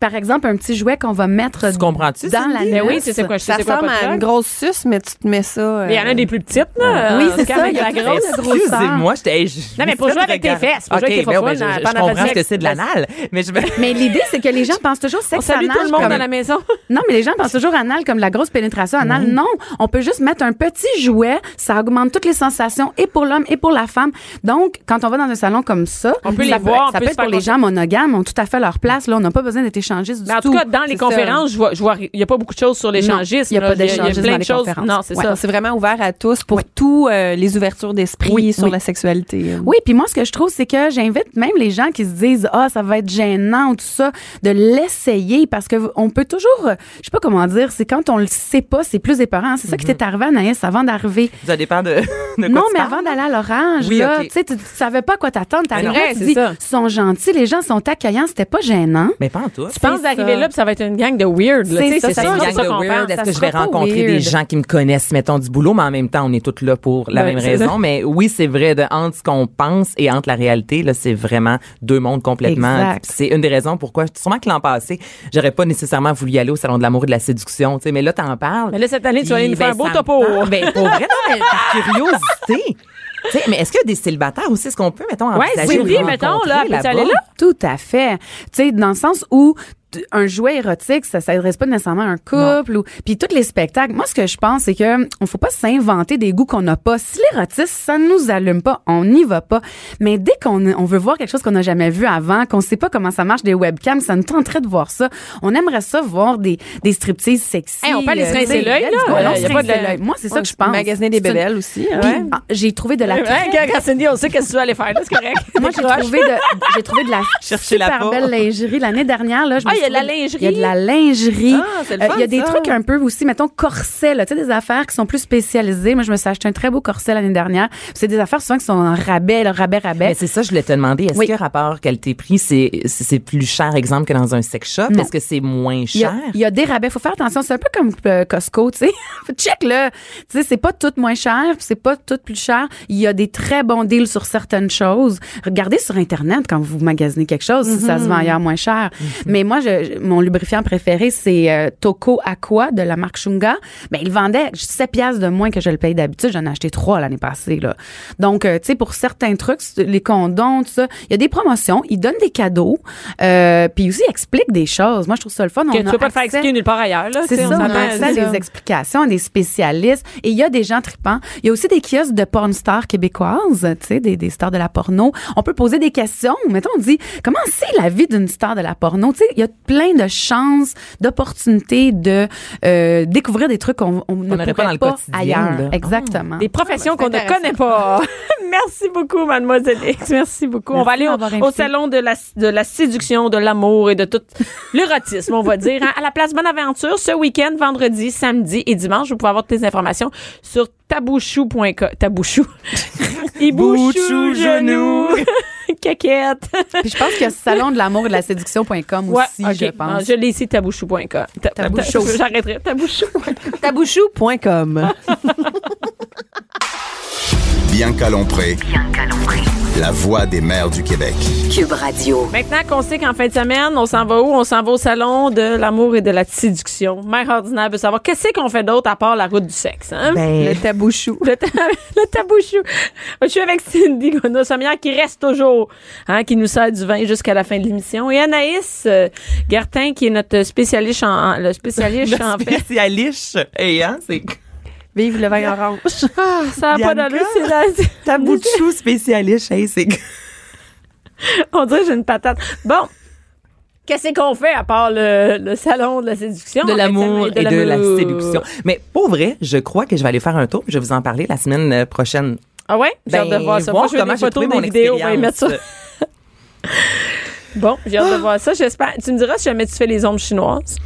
Speaker 6: par exemple un petit jouet qu'on va mettre
Speaker 4: Tu comprends-tu,
Speaker 6: dans la
Speaker 4: Cindy?
Speaker 3: Ben oui,
Speaker 6: noce.
Speaker 3: c'est c'est quoi? je sais
Speaker 5: Ça
Speaker 3: c'est quoi,
Speaker 5: ressemble
Speaker 3: pas de
Speaker 5: à une
Speaker 3: plug.
Speaker 5: grosse suce, mais tu te mets ça. euh,
Speaker 3: Mais Il y en a des plus petites, là.
Speaker 6: Oui,
Speaker 3: en tout
Speaker 6: c'est
Speaker 3: cas,
Speaker 6: ça,
Speaker 3: avec
Speaker 6: il y a
Speaker 3: la
Speaker 6: tout-
Speaker 3: grosse.
Speaker 6: c'est grosse
Speaker 4: Excusez-moi, j'étais. hey, je-
Speaker 3: Non, mais pour
Speaker 4: je
Speaker 3: jouer avec tes
Speaker 4: regarde.
Speaker 3: fesses, pour
Speaker 4: OK,
Speaker 3: jouer avec tes
Speaker 4: ben oui,
Speaker 3: fofounes,
Speaker 4: je-
Speaker 3: euh,
Speaker 4: je
Speaker 3: pendant
Speaker 4: comprends
Speaker 3: la
Speaker 4: ce que
Speaker 3: sexe.
Speaker 4: c'est de l'anal, mais je vais-
Speaker 6: Mais l'idée, c'est que les gens pensent toujours
Speaker 3: On
Speaker 6: sexe
Speaker 3: salue
Speaker 6: anal.
Speaker 3: tout le monde
Speaker 6: comme-
Speaker 3: à la maison.
Speaker 6: Non, mais les gens pensent toujours anal comme la grosse pénétration anale. Non, on peut juste mettre un petit jouet. Ça augmente toutes les sensations et pour l'homme et pour la femme. Donc, quand on va dans un salon comme ça,
Speaker 3: On peut
Speaker 6: ça
Speaker 3: les voir, on
Speaker 6: ça
Speaker 3: peut
Speaker 6: peut,
Speaker 3: se
Speaker 6: être pour
Speaker 3: faire
Speaker 6: les gens monogames, ont tout à fait leur place. Là, on n'a pas besoin d'être échangiste du
Speaker 3: Mais Ben, en tout
Speaker 6: tout.
Speaker 3: cas, dans les
Speaker 6: C'est ça.
Speaker 3: conférences, je vois, je vois, il n'y a pas beaucoup de choses sur l'échangisme.
Speaker 6: il y a
Speaker 3: là.
Speaker 6: pas d'échangisme
Speaker 3: plein
Speaker 6: dans
Speaker 3: de
Speaker 6: les
Speaker 3: choses.
Speaker 6: conférences.
Speaker 3: Non, c'est
Speaker 5: Ouais,
Speaker 3: ça.
Speaker 5: donc c'est vraiment ouvert à tous pour tous euh, les ouvertures d'esprit
Speaker 6: Oui,
Speaker 5: sur
Speaker 6: oui.
Speaker 5: la sexualité.
Speaker 6: Oui, puis moi, ce que je trouve, c'est que j'invite même les gens qui se disent ah ça va être gênant ou tout ça de l'essayer parce que on peut toujours, euh, je sais pas comment dire, c'est quand on le sait pas, c'est plus épeurant. C'est ça qui
Speaker 3: Mhm.
Speaker 6: t'est arrivé Anaïs avant d'arriver.
Speaker 4: Ça dépend de, de quoi tu
Speaker 6: Non, mais
Speaker 4: parles.
Speaker 6: avant d'aller à l'orange,
Speaker 4: Oui,
Speaker 6: là,
Speaker 4: ok.
Speaker 6: tu sais, tu tu savais pas à quoi t'attendre.
Speaker 4: Mais non,
Speaker 6: T'arrivais, tu
Speaker 3: c'est
Speaker 6: dis,
Speaker 3: ça.
Speaker 6: ils sont gentils, les gens sont accueillants, c'était pas gênant.
Speaker 4: Mais pas en tout.
Speaker 3: Tu penses d'arriver
Speaker 6: ça.
Speaker 3: là, puis ça va être une gang de weird. là.
Speaker 6: C'est
Speaker 3: Tu sais,
Speaker 6: ça,
Speaker 3: C'est
Speaker 6: ça
Speaker 3: ça,
Speaker 4: une
Speaker 6: va être
Speaker 3: c'est
Speaker 4: gang
Speaker 3: ça
Speaker 4: de
Speaker 3: qu'on
Speaker 4: weird.
Speaker 3: pense.
Speaker 4: Est-ce
Speaker 6: Ça
Speaker 4: que je
Speaker 6: sera
Speaker 4: vais
Speaker 6: pas
Speaker 4: rencontrer
Speaker 6: weird.
Speaker 4: des gens qui me connaissent, mettons, du boulot, mais en même temps, on est toutes là pour la
Speaker 3: Ouais,
Speaker 4: même
Speaker 3: c'est
Speaker 4: raison. Mais oui, c'est vrai, de, entre ce qu'on pense et entre la réalité, là, c'est vraiment deux mondes complètement.
Speaker 6: Exact.
Speaker 4: C'est une des raisons pourquoi, sûrement que l'an passé, j'aurais pas nécessairement voulu y aller au Salon de l'amour et de la séduction, tu sais, mais là, t'en parles.
Speaker 3: Mais là, cette année, tu vas aller
Speaker 4: Puis,
Speaker 3: nous faire un
Speaker 4: ben,
Speaker 3: beau
Speaker 4: ça me
Speaker 3: topo.
Speaker 4: tente. Ben, pour vrai, non, mais par curiosité. Tu sais, mais est-ce qu'il y a des célibataires aussi? Est-ce qu'on peut, mettons,
Speaker 3: Ouais,
Speaker 4: envisager
Speaker 3: Cindy,
Speaker 4: de
Speaker 3: mettons,
Speaker 4: rencontrer
Speaker 3: là, peux-tu aller là?
Speaker 6: Oh, Tout à fait. Tu sais, dans le sens où t- un jouet érotique, ça s'adresse pas nécessairement à un couple ou puis tous les spectacles. Moi ce que je pense c'est que on faut pas s'inventer des goûts qu'on n'a pas. Si l'érotisme ça nous allume pas, on n'y va pas. Mais dès qu'on on veut voir quelque chose qu'on n'a jamais vu avant, qu'on sait pas comment ça marche des webcams, ça nous tenterait de voir ça. On aimerait ça voir des des stripteases sexy.
Speaker 3: Hey, on peut aller se
Speaker 6: euh, tu sais,
Speaker 3: rincer l'œil, là.
Speaker 6: let's go, allons
Speaker 3: Euh, y a
Speaker 6: se
Speaker 3: pas de-
Speaker 6: rincer l'œil. Moi c'est ça que je pense.
Speaker 5: Magasiner des
Speaker 6: C'est une-
Speaker 5: bébelles aussi. hein.
Speaker 6: Puis,
Speaker 5: ouais.
Speaker 6: ah, j'ai trouvé de la
Speaker 3: Hein,
Speaker 6: très
Speaker 3: Quand quand Cindy, on sait qu'est-ce que tu vas aller faire. là, C'est correct.
Speaker 6: moi, j'ai trouvé de, j'ai trouvé de la
Speaker 4: Chercher la
Speaker 6: super
Speaker 4: peau.
Speaker 6: belle lingerie l'année dernière. Là, je me
Speaker 3: Ah, il
Speaker 6: suis
Speaker 3: y il y a de la
Speaker 6: trouver-
Speaker 3: lingerie.
Speaker 6: Il y a de la lingerie.
Speaker 5: Ah, c'est le
Speaker 6: Euh,
Speaker 5: fun,
Speaker 6: il y a des
Speaker 5: ça.
Speaker 6: trucs un peu aussi, mettons, corsets, là, tu sais, des affaires qui sont plus spécialisées. Moi, je me suis acheté un très beau corset l'année dernière. C'est des affaires souvent qui sont en rabais, là, rabais, rabais.
Speaker 4: Mais c'est ça, je voulais te demander. Est-ce
Speaker 6: Oui.
Speaker 4: que rapport qualité-prix, c'est c'est- c'est plus cher, exemple, que dans un sex shop?
Speaker 6: Non.
Speaker 4: Est-ce que c'est moins
Speaker 6: Il y,
Speaker 4: cher?
Speaker 6: a, il y a des rabais, faut faire attention. C'est un peu comme euh, Costco, tu sais. Check là, tu sais, c'est pas tout moins cher, puis c'est pas tout plus cher. Il y a des très bons deals sur certaines choses. Regardez sur internet quand vous magasinez quelque chose, si ça se vend ailleurs moins cher. Mais moi, je, je- mon lubrifiant préféré c'est euh, Toco Aqua de la marque Shunga. Ben il vendait 7 pièces de moins que je le paye d'habitude. J'en ai acheté trois l'année passée là. Donc euh, tu sais pour certains trucs, c'est- les condoms, tout ça, il y a des promotions. Ils donnent des cadeaux, euh, puis aussi ils expliquent des choses. Moi je trouve ça le fun.
Speaker 3: que
Speaker 6: On
Speaker 3: tu
Speaker 6: a
Speaker 3: peux pas te faire
Speaker 6: accès-
Speaker 3: expliquer nulle part ailleurs. là, tu
Speaker 6: c'est
Speaker 3: sais,
Speaker 6: ça,
Speaker 3: on
Speaker 6: on a
Speaker 3: s'entend à
Speaker 6: accès à
Speaker 3: ça.
Speaker 6: des explications, à des spécialistes. Et il y a des gens tripants. Il y a aussi des kiosques de porn stars québécoises, tu sais, des, des stars de la porno. On peut poser des questions. Mettons, on dit, comment c'est la vie d'une star de la porno? Tu sais, il y a plein de chances, d'opportunités de euh, découvrir des trucs qu'on on ne
Speaker 4: n'aurait
Speaker 6: pourrait
Speaker 4: pas dans le
Speaker 6: pas
Speaker 4: quotidien,
Speaker 6: ailleurs.
Speaker 4: là.
Speaker 6: Exactement.
Speaker 3: Des professions
Speaker 5: Ah, ben,
Speaker 3: qu'on
Speaker 5: c'est
Speaker 3: ne connaît pas. Merci beaucoup, mademoiselle X. Merci beaucoup. on
Speaker 6: Merci
Speaker 3: va aller
Speaker 6: de
Speaker 3: au,
Speaker 6: m'avoir
Speaker 3: au
Speaker 6: invitée.
Speaker 3: salon de la, de la séduction, de l'amour et de tout l'érotisme, on va dire, hein, à la place Bonaventure ce week-end, vendredi, samedi et dimanche. Vous pouvez avoir toutes les informations sur tabouchou.com. Tabouchou. Ibouchou,
Speaker 4: Bouchou,
Speaker 3: genou.
Speaker 4: genou.
Speaker 3: Caquette.
Speaker 6: Puis je pense qu'il y a ce salon de l'amour et de la séduction.com
Speaker 3: Ouais,
Speaker 6: aussi,
Speaker 3: ok.
Speaker 6: je pense.
Speaker 3: Non, je l'ai ici, tabouchou.com. Ta- ta-
Speaker 6: Tabouchou.
Speaker 3: ta- J'arrêterai. Tabouchou.
Speaker 5: Tabouchou.com.
Speaker 2: Bianca Lompré,
Speaker 1: Bianca Lompré.
Speaker 2: la voix des mères du Québec.
Speaker 1: Cube Radio.
Speaker 3: Maintenant qu'on sait qu'en fin de semaine, on s'en va où? On s'en va au salon de l'amour et de la séduction. Mère ordinaire veut savoir qu'est-ce qu'on fait d'autre à part la route du sexe. Hein?
Speaker 4: Ben,
Speaker 5: le tabouchou.
Speaker 3: Le, ta- le tabouchou. Je suis avec Cindy Gona-Sommière qui reste toujours, hein, qui nous sert du vin jusqu'à la fin de l'émission. Et Anaïs euh, Gertin, qui est notre spécialiste en, en- le spécialiste en fait.
Speaker 4: spécialiste. Hey, hein, c'est...
Speaker 5: Vive le vin orange.
Speaker 3: Ça a pas
Speaker 4: Bianca.
Speaker 3: d'allure, c'est la-
Speaker 4: Tabouchou spécialiste, hey, c'est...
Speaker 3: On dirait que j'ai une patate. Bon. Qu'est-ce qu'on fait à part le, le salon de la séduction?
Speaker 4: de l'amour et de, la
Speaker 3: l'amour.
Speaker 4: séduction. Mais pour vrai, je crois que je vais aller faire un tour. puis Je vais vous en parler la semaine euh, prochaine. Ben,
Speaker 3: Ah ouais? J'ai hâte de voir ça. Moi, je veux
Speaker 4: comment
Speaker 3: des
Speaker 4: j'ai
Speaker 3: photos,
Speaker 4: trouvé
Speaker 3: des
Speaker 4: mon
Speaker 3: vidéos, on va y mettre ça.
Speaker 4: expérience.
Speaker 3: Bon, j'ai hâte de voir ça. J'espère. Tu me diras si jamais tu fais les ombres chinoises.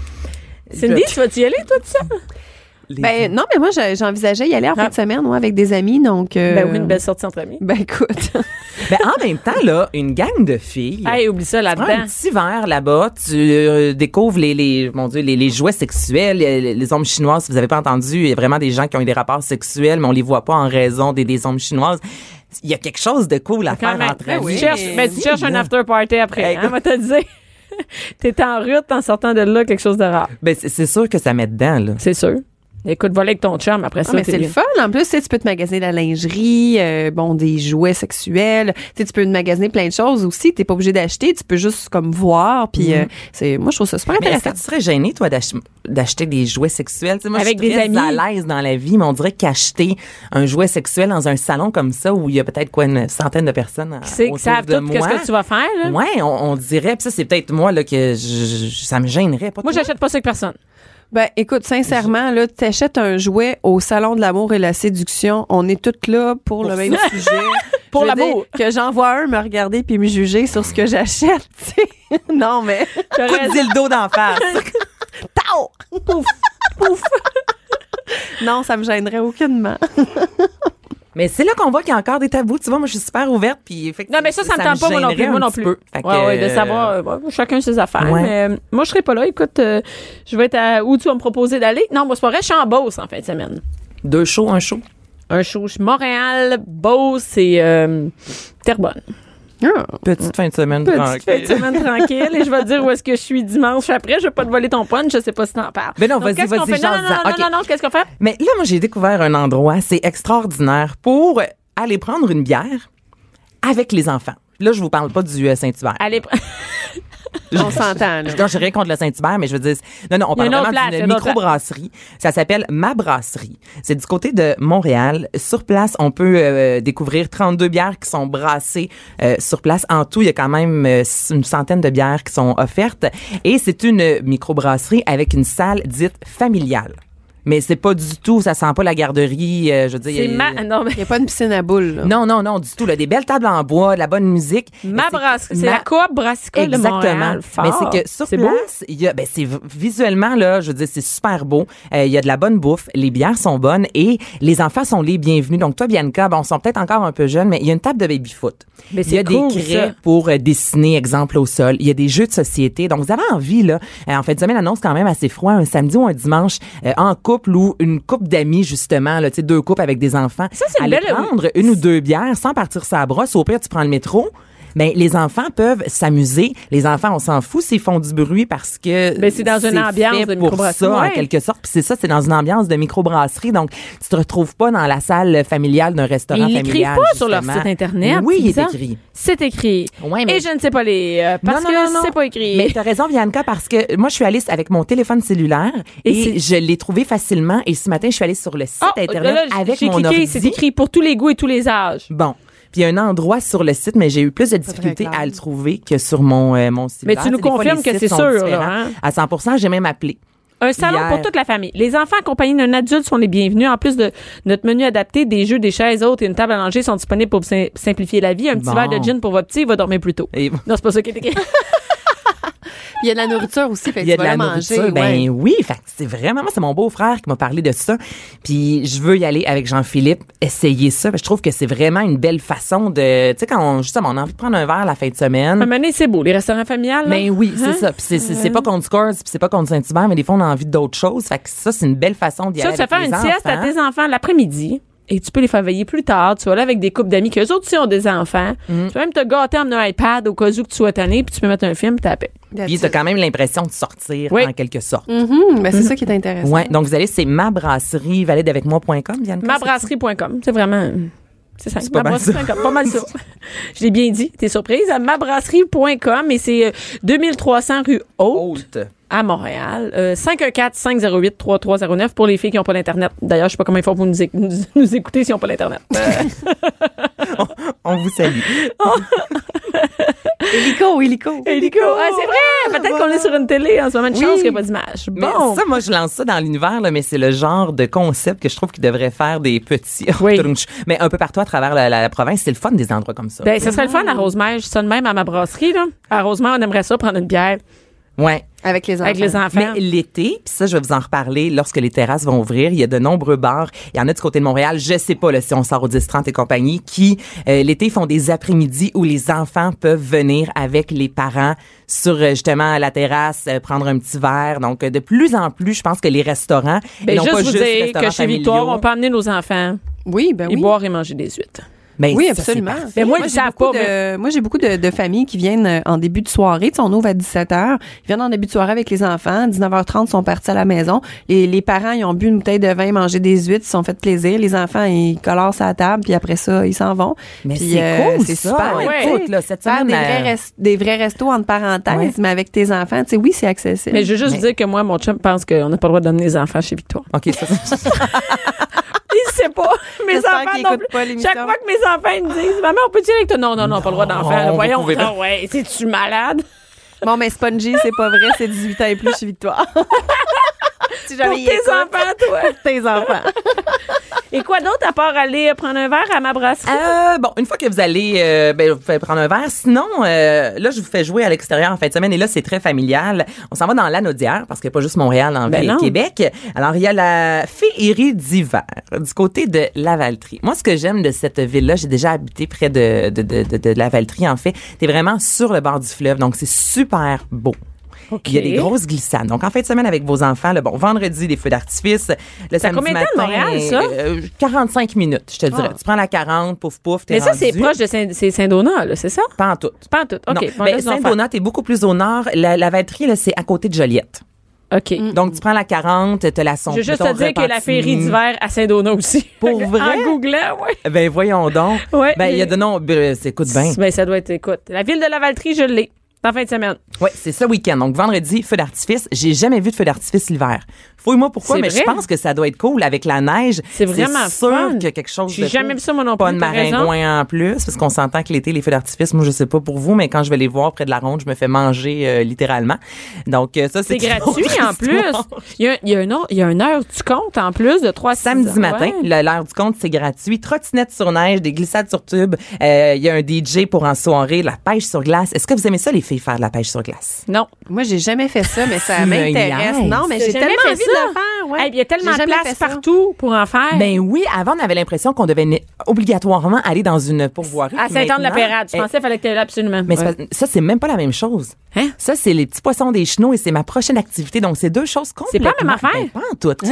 Speaker 3: Cindy, tu vas-tu y aller, toi, tout ça?
Speaker 4: Les-
Speaker 5: Ben non, mais moi j'ai- j'envisageais y aller en
Speaker 3: Ah.
Speaker 5: fin de semaine, moi, avec des amis, donc. euh,
Speaker 3: Ben oui, une belle sortie entre amis.
Speaker 5: Ben écoute.
Speaker 4: Ben, en même temps, là, une gang de filles.
Speaker 3: Hey, oublie ça
Speaker 4: Prends un
Speaker 3: là-dedans.
Speaker 4: petit verre là-bas, tu euh, découvres les, les mon Dieu, les, les jouets sexuels, les, les- les ombres chinoises. Si vous avez pas entendu, il y a vraiment des gens qui ont eu des rapports sexuels, mais on les voit pas en raison des, des ombres chinoises. Il y a quelque chose de cool à
Speaker 3: Quand
Speaker 4: faire
Speaker 3: même.
Speaker 4: entre
Speaker 3: Ben oui.
Speaker 4: amis.
Speaker 3: Tu cherches- Mais tu cherches un after party après.
Speaker 4: Hey,
Speaker 3: Hein, moi, te dire. T'es en route en sortant de là, quelque chose de rare.
Speaker 4: Ben, c'est- c'est sûr que ça met dedans, là.
Speaker 3: C'est sûr. Écoute, voilà avec ton chum après ça.
Speaker 5: Ah, mais
Speaker 3: t'es
Speaker 5: c'est le
Speaker 3: bien.
Speaker 5: fun. En plus, tu sais, tu peux te magasiner de la lingerie, euh, bon, des jouets sexuels. Tu sais, tu peux te magasiner plein de choses aussi. T'es pas obligé d'acheter. Tu peux juste comme voir. Puis euh, c'est, moi, je trouve ça super
Speaker 4: Mais est-ce que
Speaker 5: intéressant.
Speaker 4: tu serais gênée, toi, d'ach- d'acheter des jouets sexuels? Tu sais, moi,
Speaker 3: Avec
Speaker 4: je suis
Speaker 3: des
Speaker 4: très
Speaker 3: amis.
Speaker 4: à l'aise dans la vie, mais on dirait qu'acheter un jouet sexuel dans un salon comme ça, où il y a peut-être quoi une centaine de personnes à-
Speaker 3: Qui c'est
Speaker 4: autour
Speaker 3: qui savent
Speaker 4: de
Speaker 3: tout
Speaker 4: moi.
Speaker 3: qu'est-ce que tu vas faire, là?
Speaker 4: Ouais, on, on dirait. Puis ça, c'est peut-être moi là que je- je- ça me gênerait pas.
Speaker 3: Moi,
Speaker 4: toi?
Speaker 3: j'achète pas ça avec personne.
Speaker 5: Ben, écoute, sincèrement, là, t'achètes un jouet au Salon de l'amour et la séduction. On est toutes là pour, le même sujet.
Speaker 3: Pour
Speaker 5: Je veux
Speaker 3: l'amour.
Speaker 5: dire, Que j'en vois un me regarder puis me juger sur ce que j'achète, tu sais. Non, mais.
Speaker 4: Coup de dildo d'en face.
Speaker 5: Tao! Pouf! Pouf! non, ça me gênerait aucunement.
Speaker 4: mais c'est là qu'on voit qu'il y a encore des tabous. Tu vois, moi, je suis super ouverte. Puis
Speaker 3: Non, mais ça, ça, me tente pas, moi non plus.
Speaker 4: gênerait
Speaker 3: Moi
Speaker 4: un
Speaker 3: non
Speaker 4: petit
Speaker 3: plus.
Speaker 4: peu. Fait que,
Speaker 3: Ouais, ouais, de
Speaker 4: euh,
Speaker 3: savoir, euh, ouais, chacun ses affaires.
Speaker 4: Ouais.
Speaker 3: Mais, euh, moi, je serai pas là. Écoute, euh, je vais être à où tu vas me proposer d'aller. Non, moi, c'est pas vrai, je suis en Beauce en fin de semaine.
Speaker 4: euh, Deux shows, un show.
Speaker 3: Un show, je suis Montréal, Beauce et euh, Terrebonne.
Speaker 4: Petite fin de semaine.
Speaker 3: Petite
Speaker 4: tranquille.
Speaker 3: fin de semaine tranquille. Et je vais te dire où est-ce que je suis dimanche après. Je vais pas te voler ton punch, je sais pas si t'en parles.
Speaker 4: Mais non,
Speaker 3: Donc,
Speaker 4: vas-y,
Speaker 3: qu'est-ce qu'on
Speaker 4: vas-y,
Speaker 3: fait? Non, non, non,
Speaker 4: j'en-
Speaker 3: non,
Speaker 4: ok.
Speaker 3: non, non, qu'est-ce qu'on fait?
Speaker 4: Mais là, moi, j'ai découvert un endroit, c'est extraordinaire pour aller prendre une bière avec les enfants. Là, je vous parle pas du euh, Saint-Hubert.
Speaker 3: Allez, pr-
Speaker 5: On s'entend, là.
Speaker 4: Non, j'ai rien contre le Saint-Hubert, mais je veux dire, non, non, on
Speaker 3: Il y a
Speaker 4: parle
Speaker 3: une autre place,
Speaker 4: vraiment
Speaker 3: il y a
Speaker 4: d'une
Speaker 3: une autre
Speaker 4: microbrasserie. Ça s'appelle Ma Brasserie. C'est du côté de Montréal. Sur place, on peut euh, découvrir 32 bières qui sont brassées euh, sur place. En tout, il y a quand même euh, une centaine de bières qui sont offertes. Et c'est une microbrasserie avec une salle dite familiale. mais c'est pas du tout, ça sent pas la garderie, euh, je veux dire.
Speaker 3: C'est
Speaker 4: il y a-
Speaker 3: ma. Non, mais.
Speaker 5: Il n'y a pas une piscine à boules. là.
Speaker 4: Non, non, non, du tout. Là, des belles tables en bois, de la bonne musique.
Speaker 3: Ma
Speaker 4: Mais
Speaker 3: brasserie. C'est
Speaker 4: ma-
Speaker 3: la coop brassicole de
Speaker 4: Exactement.
Speaker 3: Montréal. Fort.
Speaker 4: Mais c'est que sur
Speaker 3: C'est beau.
Speaker 4: place, il y a, ben c'est v- visuellement là, je veux dire, c'est super beau. Euh, il y a de la bonne bouffe, les bières sont bonnes et les enfants sont les bienvenus. Donc toi, Bianca, bon, sont peut-être encore un peu jeunes, mais il y a une table de baby foot.
Speaker 3: Mais
Speaker 4: il y a
Speaker 3: Ben, c'est cool,
Speaker 4: des
Speaker 3: ça.
Speaker 4: craies pour euh, dessiner, exemple au sol. Il y a des jeux de société. Donc vous avez envie là, euh, en fait, de semaine annonce quand même assez froid, un samedi ou un dimanche euh, en couple ou une coupe d'amis justement, là, tu sais, deux couples avec des enfants.
Speaker 3: Ça, c'est une
Speaker 4: Aller
Speaker 3: belle-
Speaker 4: prendre une ou deux bières sans partir sa brosse. Au pire, tu prends le métro. Mais les enfants peuvent s'amuser. Les enfants, on s'en fout s'ils font du bruit parce que
Speaker 3: Ben, c'est dans une ambiance
Speaker 4: fait
Speaker 3: de
Speaker 4: pour
Speaker 3: microbrasserie.
Speaker 4: ça en
Speaker 3: Ouais.
Speaker 4: quelque sorte. Puis c'est ça, c'est dans une ambiance de microbrasserie. Donc tu te retrouves pas dans la salle familiale d'un restaurant
Speaker 3: Mais ils l'écrivent
Speaker 4: familial.
Speaker 3: pas sur leur
Speaker 4: justement.
Speaker 3: site Internet,
Speaker 4: Oui,
Speaker 3: c'est
Speaker 4: il est
Speaker 3: bizarre.
Speaker 4: écrit.
Speaker 3: C'est écrit.
Speaker 4: Ouais, mais-
Speaker 3: Et je ne sais pas les. euh, parce
Speaker 4: Non, non, non,
Speaker 3: que
Speaker 4: non.
Speaker 3: c'est pas écrit.
Speaker 4: Mais t'as raison, Bianca, parce que moi, je suis allée avec mon téléphone cellulaire et, je l'ai trouvé facilement. Et ce matin, je suis allée sur le site
Speaker 3: Ah,
Speaker 4: Internet
Speaker 3: là, j'ai-
Speaker 4: avec
Speaker 3: j'ai
Speaker 4: mon
Speaker 3: cliqué,
Speaker 4: ordi.
Speaker 3: c'est écrit pour tous les goûts et tous les âges.
Speaker 4: Bon. Puis il y a un endroit sur le site, mais j'ai eu plus de difficultés
Speaker 5: clair.
Speaker 4: à le trouver que sur mon, euh, mon site.
Speaker 3: Mais tu nous confirmes que c'est sûr, là, hein?
Speaker 4: À 100 j'ai même appelé.
Speaker 3: Un salon
Speaker 4: Hier.
Speaker 3: pour toute la famille. Les enfants accompagnés d'un adulte sont les bienvenus. En plus de notre menu adapté, des jeux, des chaises hautes et une table à langer sont disponibles pour sim- simplifier la vie. Un petit
Speaker 4: Bon.
Speaker 3: verre de gin pour votre petit, il va dormir plus tôt.
Speaker 4: Et-
Speaker 3: Non, c'est pas ça qui est écrit.
Speaker 5: Puis Il y a de la nourriture aussi, fait que
Speaker 4: Il y a
Speaker 5: tu
Speaker 4: de
Speaker 5: vas
Speaker 4: la
Speaker 5: la manger.
Speaker 4: nourriture.
Speaker 5: ouais.
Speaker 4: Ben oui, fait que c'est vraiment, moi, c'est mon beau-frère qui m'a parlé de ça. Puis je veux y aller avec Jean-Philippe, essayer ça. parce que Je trouve que c'est vraiment une belle façon de, tu sais, quand on, justement, on a envie de prendre un verre la fin de semaine.
Speaker 3: Un moment donné, c'est beau. Les restaurants familiales, là. Hein?
Speaker 4: Ben oui, c'est ça. Puis c'est, c'est, c'est pas contre Scores, puis c'est pas contre Saint-Hubert, mais des fois, on a envie d'autres choses. Fait que ça, c'est une belle façon d'y
Speaker 3: Ça,
Speaker 4: aller.
Speaker 3: tu vas
Speaker 4: avec
Speaker 3: faire
Speaker 4: les
Speaker 3: une sieste à
Speaker 4: enfants.
Speaker 3: tes enfants l'après-midi et tu peux les faire veiller plus tard. Tu vas là avec des couples d'amis qui eux autres aussi ont des enfants.
Speaker 4: Mm.
Speaker 3: Tu peux même te gâter, amener un iPad au cas où que tu sois tanné, puis tu peux mettre un film, puis t'appelles.
Speaker 4: Puis t'as quand même l'impression de sortir,
Speaker 3: Oui. Mm.
Speaker 4: en quelque sorte.
Speaker 5: Mhm,
Speaker 4: Mm-hmm.
Speaker 5: ben c'est ça qui est intéressant.
Speaker 4: Ouais, donc vous allez, c'est mabrasserie valideavecmoi.com, Bianca.
Speaker 3: Mabrasserie.com, c'est vraiment c'est ça.
Speaker 4: C'est pas mal ça.
Speaker 3: Mabrasserie.com, pas mal ça. Je l'ai bien dit, t'es surprise. À mabrasserie.com et c'est euh, 2300 rue Haute à Montréal. Euh, 514-508-3309 pour les filles qui n'ont pas l'Internet. D'ailleurs, je sais pas comment ils font pour nous, éc- nous- nous écouter s'ils n'ont pas l'Internet.
Speaker 4: On vous salue.
Speaker 5: Illico, illico.
Speaker 3: Hélico! Ah, c'est vrai! Peut-être qu'on est sur une télé en ce moment. Une chance qu'il n'y a pas d'image.
Speaker 4: Mais
Speaker 3: Bon!
Speaker 4: ça, moi, je lance ça dans l'univers, là, mais c'est le genre de concept que je trouve qu'ils devraient faire des petits.
Speaker 3: Oui.
Speaker 4: mais un peu partout à travers la, la- la province, c'est le fun des endroits comme ça.
Speaker 3: ben, ce serait le fun à Rosemère. Je sonne même à ma brasserie, là. À Rosemère, on aimerait ça prendre une bière
Speaker 4: ouais.
Speaker 5: Avec les enfants.
Speaker 3: avec les enfants.
Speaker 4: Mais l'été, puis ça, je vais vous en reparler lorsque les terrasses vont ouvrir. Il y a de nombreux bars. Il y en a du côté de Montréal. Je sais pas là, si on sort au 10-30 et compagnie, qui euh, l'été font des après-midi où les enfants peuvent venir avec les parents sur euh, justement la terrasse, euh, prendre un petit verre. Donc, euh, de plus en plus, je pense que les restaurants, et
Speaker 3: Ben,
Speaker 4: non
Speaker 3: juste
Speaker 4: pas
Speaker 3: vous
Speaker 4: juste
Speaker 3: dire
Speaker 4: restaurants
Speaker 3: que chez Victoire,
Speaker 4: familiaux,
Speaker 3: on peut emmener nos enfants
Speaker 5: Oui, ben
Speaker 3: et
Speaker 5: oui.
Speaker 3: boire et manger des huîtres.
Speaker 4: ben,
Speaker 5: Oui,
Speaker 4: ça, c'est
Speaker 5: absolument.
Speaker 4: parfait.
Speaker 3: Mais moi, ils
Speaker 5: j'ai
Speaker 3: savent
Speaker 5: beaucoup
Speaker 3: pas,
Speaker 5: de- Moi, j'ai beaucoup de, de familles qui viennent euh, en début de soirée. Tu sais, on ouvre à 17h. Ils viennent en début de soirée avec les enfants. 19h30, ils sont partis à la maison. Et les parents, ils ont bu une bouteille de vin, mangé des huîtres, ils se sont fait plaisir. Les enfants, ils colorent à table, puis après ça, ils s'en vont.
Speaker 4: Mais
Speaker 5: Puis,
Speaker 4: c'est
Speaker 5: euh,
Speaker 4: cool,
Speaker 5: C'est
Speaker 4: ça.
Speaker 5: super.
Speaker 3: Ouais.
Speaker 5: tu sais,
Speaker 4: Écoute, là, cette
Speaker 5: faire des,
Speaker 4: semaine,
Speaker 5: vrais
Speaker 4: euh,
Speaker 5: res- des vrais restos entre parenthèses,
Speaker 4: Ouais.
Speaker 5: mais avec tes enfants, tu sais, oui, c'est accessible.
Speaker 3: Mais je veux juste dire que moi, mon chum pense qu'on n'a pas le droit d'emmener les enfants chez Victoire.
Speaker 4: Ok, ça, c'est-
Speaker 3: Il sait pas. Mes
Speaker 5: J'espère
Speaker 3: enfants
Speaker 5: qu'il
Speaker 3: non
Speaker 5: écoute
Speaker 3: plus.
Speaker 5: pas l'émission.
Speaker 3: Chaque fois que mes enfants ils me disent Maman, on peut-tu aller avec toi? Non, non, non, pas le droit d'enfants. là.
Speaker 4: vous
Speaker 3: Voyons,
Speaker 4: pouvez pas.
Speaker 3: ah ouais, c'est-tu malade?
Speaker 5: Bon, mais Spongy, c'est pas vrai, c'est 18 ans et plus chez Victoire. si
Speaker 3: Pour
Speaker 5: jamais il
Speaker 3: tes
Speaker 5: écoute,
Speaker 3: enfants, toi.
Speaker 5: tes enfants.
Speaker 3: Et quoi d'autre à part aller prendre un verre à ma brasserie?
Speaker 4: Euh, bon, une fois que vous allez euh, ben, vous pouvez prendre un verre, sinon, euh, là, je vous fais jouer à l'extérieur en fin de semaine et là, c'est très familial. On s'en va dans l'Anaudière parce qu'il n'y a pas juste Montréal en
Speaker 3: Ben
Speaker 4: ville et
Speaker 3: non.
Speaker 4: Québec. Alors, il y a la féerie d'hiver du côté de Lavaltrie. Moi, ce que j'aime de cette ville-là, j'ai déjà habité près de, de, de, de, de Lavaltrie, en fait. T'es vraiment sur le bord du fleuve, donc c'est super beau. Il y a des grosses glissades. Donc, en fin de semaine avec vos enfants, le bon, vendredi, les feux d'artifice. Le samedi
Speaker 3: combien de temps de
Speaker 4: matin,
Speaker 3: Montréal, ça?
Speaker 4: euh, 45 minutes, je te dirais. Tu prends la 40, pouf, pouf, t'es
Speaker 3: Ah. Mais ça, c'est
Speaker 4: rendu.
Speaker 3: proche de Saint- c'est Saint-Donat, là, c'est ça?
Speaker 4: Pas en tout.
Speaker 3: Pas en tout. OK. bon,
Speaker 4: non.
Speaker 3: laisse
Speaker 4: Ben,
Speaker 3: donc
Speaker 4: Saint-Donat, t'es beaucoup plus au nord. La, la Valtrie, là, c'est à côté de Joliette.
Speaker 3: faire. OK.
Speaker 4: Donc, tu prends la 40, t'as la
Speaker 3: Je
Speaker 4: sonde.
Speaker 3: veux juste te dire que la féerie d'hiver à Saint-Donat aussi.
Speaker 4: Pour vrai?
Speaker 3: En googlant, oui.
Speaker 4: Ben, voyons donc.
Speaker 3: Ouais,
Speaker 4: ben, il y a
Speaker 3: j'ai-
Speaker 4: de non, ben, c'est écoute bien.
Speaker 3: Ben, ça doit être, écoute, la ville de Lavaltrie, je l'ai. en fin de semaine.
Speaker 4: Oui, c'est ce week-end. Donc, vendredi, feu d'artifice. J'ai jamais vu de feu d'artifice l'hiver. Fouille-moi pourquoi,
Speaker 3: C'est
Speaker 4: mais je
Speaker 3: vrai?
Speaker 4: pense que ça doit être cool avec la neige.
Speaker 3: C'est vraiment
Speaker 4: sûr
Speaker 3: fun.
Speaker 4: qu'il y a quelque chose
Speaker 3: J'ai
Speaker 4: de
Speaker 3: jamais
Speaker 4: cool.
Speaker 3: vu ça, moi non
Speaker 4: Pas
Speaker 3: plus,
Speaker 4: de
Speaker 3: t'as raison.
Speaker 4: maringouin en plus, parce qu'on s'entend que l'été, les feux d'artifice, moi, je sais pas pour vous, mais quand je vais les voir près de la ronde, je me fais manger euh, littéralement. Donc, euh, ça,
Speaker 3: C'est
Speaker 4: c'est une
Speaker 3: gratuit
Speaker 4: autre
Speaker 3: en plus.
Speaker 4: histoire.
Speaker 3: Il y a, il y a une heure, il y a une heure du compte en plus de 3
Speaker 4: Samedi matin, le- l'heure du compte, c'est gratuit. Trottinette sur neige, des glissades sur tube. Euh, Il y a un DJ pour en soirée, la pêche sur glace. Est-ce que vous aimez ça, les filles, faire de la pêche sur glace?
Speaker 3: Non.
Speaker 5: Moi, j'ai jamais fait ça, mais ça
Speaker 4: Tu me
Speaker 5: m'intéresse.
Speaker 4: niaises.
Speaker 5: Non, mais
Speaker 3: T'as
Speaker 5: j'ai
Speaker 3: jamais
Speaker 5: tellement
Speaker 3: fait
Speaker 5: envie
Speaker 3: ça?
Speaker 5: de le faire.
Speaker 3: Eh
Speaker 5: Ouais.
Speaker 3: bien, il y a tellement
Speaker 5: J'ai
Speaker 3: de
Speaker 5: jamais
Speaker 3: place
Speaker 5: fait ça.
Speaker 3: partout pour en faire.
Speaker 4: Ben oui, avant on avait l'impression qu'on devait né- obligatoirement aller dans une pourvoirie.
Speaker 3: à
Speaker 4: Puis
Speaker 3: Saint-Anne-de-la-Pérade. Je
Speaker 4: maintenant,
Speaker 3: pensais qu'il fallait que tu là absolument.
Speaker 4: eh, Mais c'est pas- ça, c'est même pas la même chose.
Speaker 3: Hein?
Speaker 4: Ça, c'est les petits poissons des chenaux et c'est ma prochaine activité. Donc, c'est deux choses
Speaker 3: C'est
Speaker 4: complètement...
Speaker 3: pas la même affaire? Ah.
Speaker 4: Ben, pas en tout.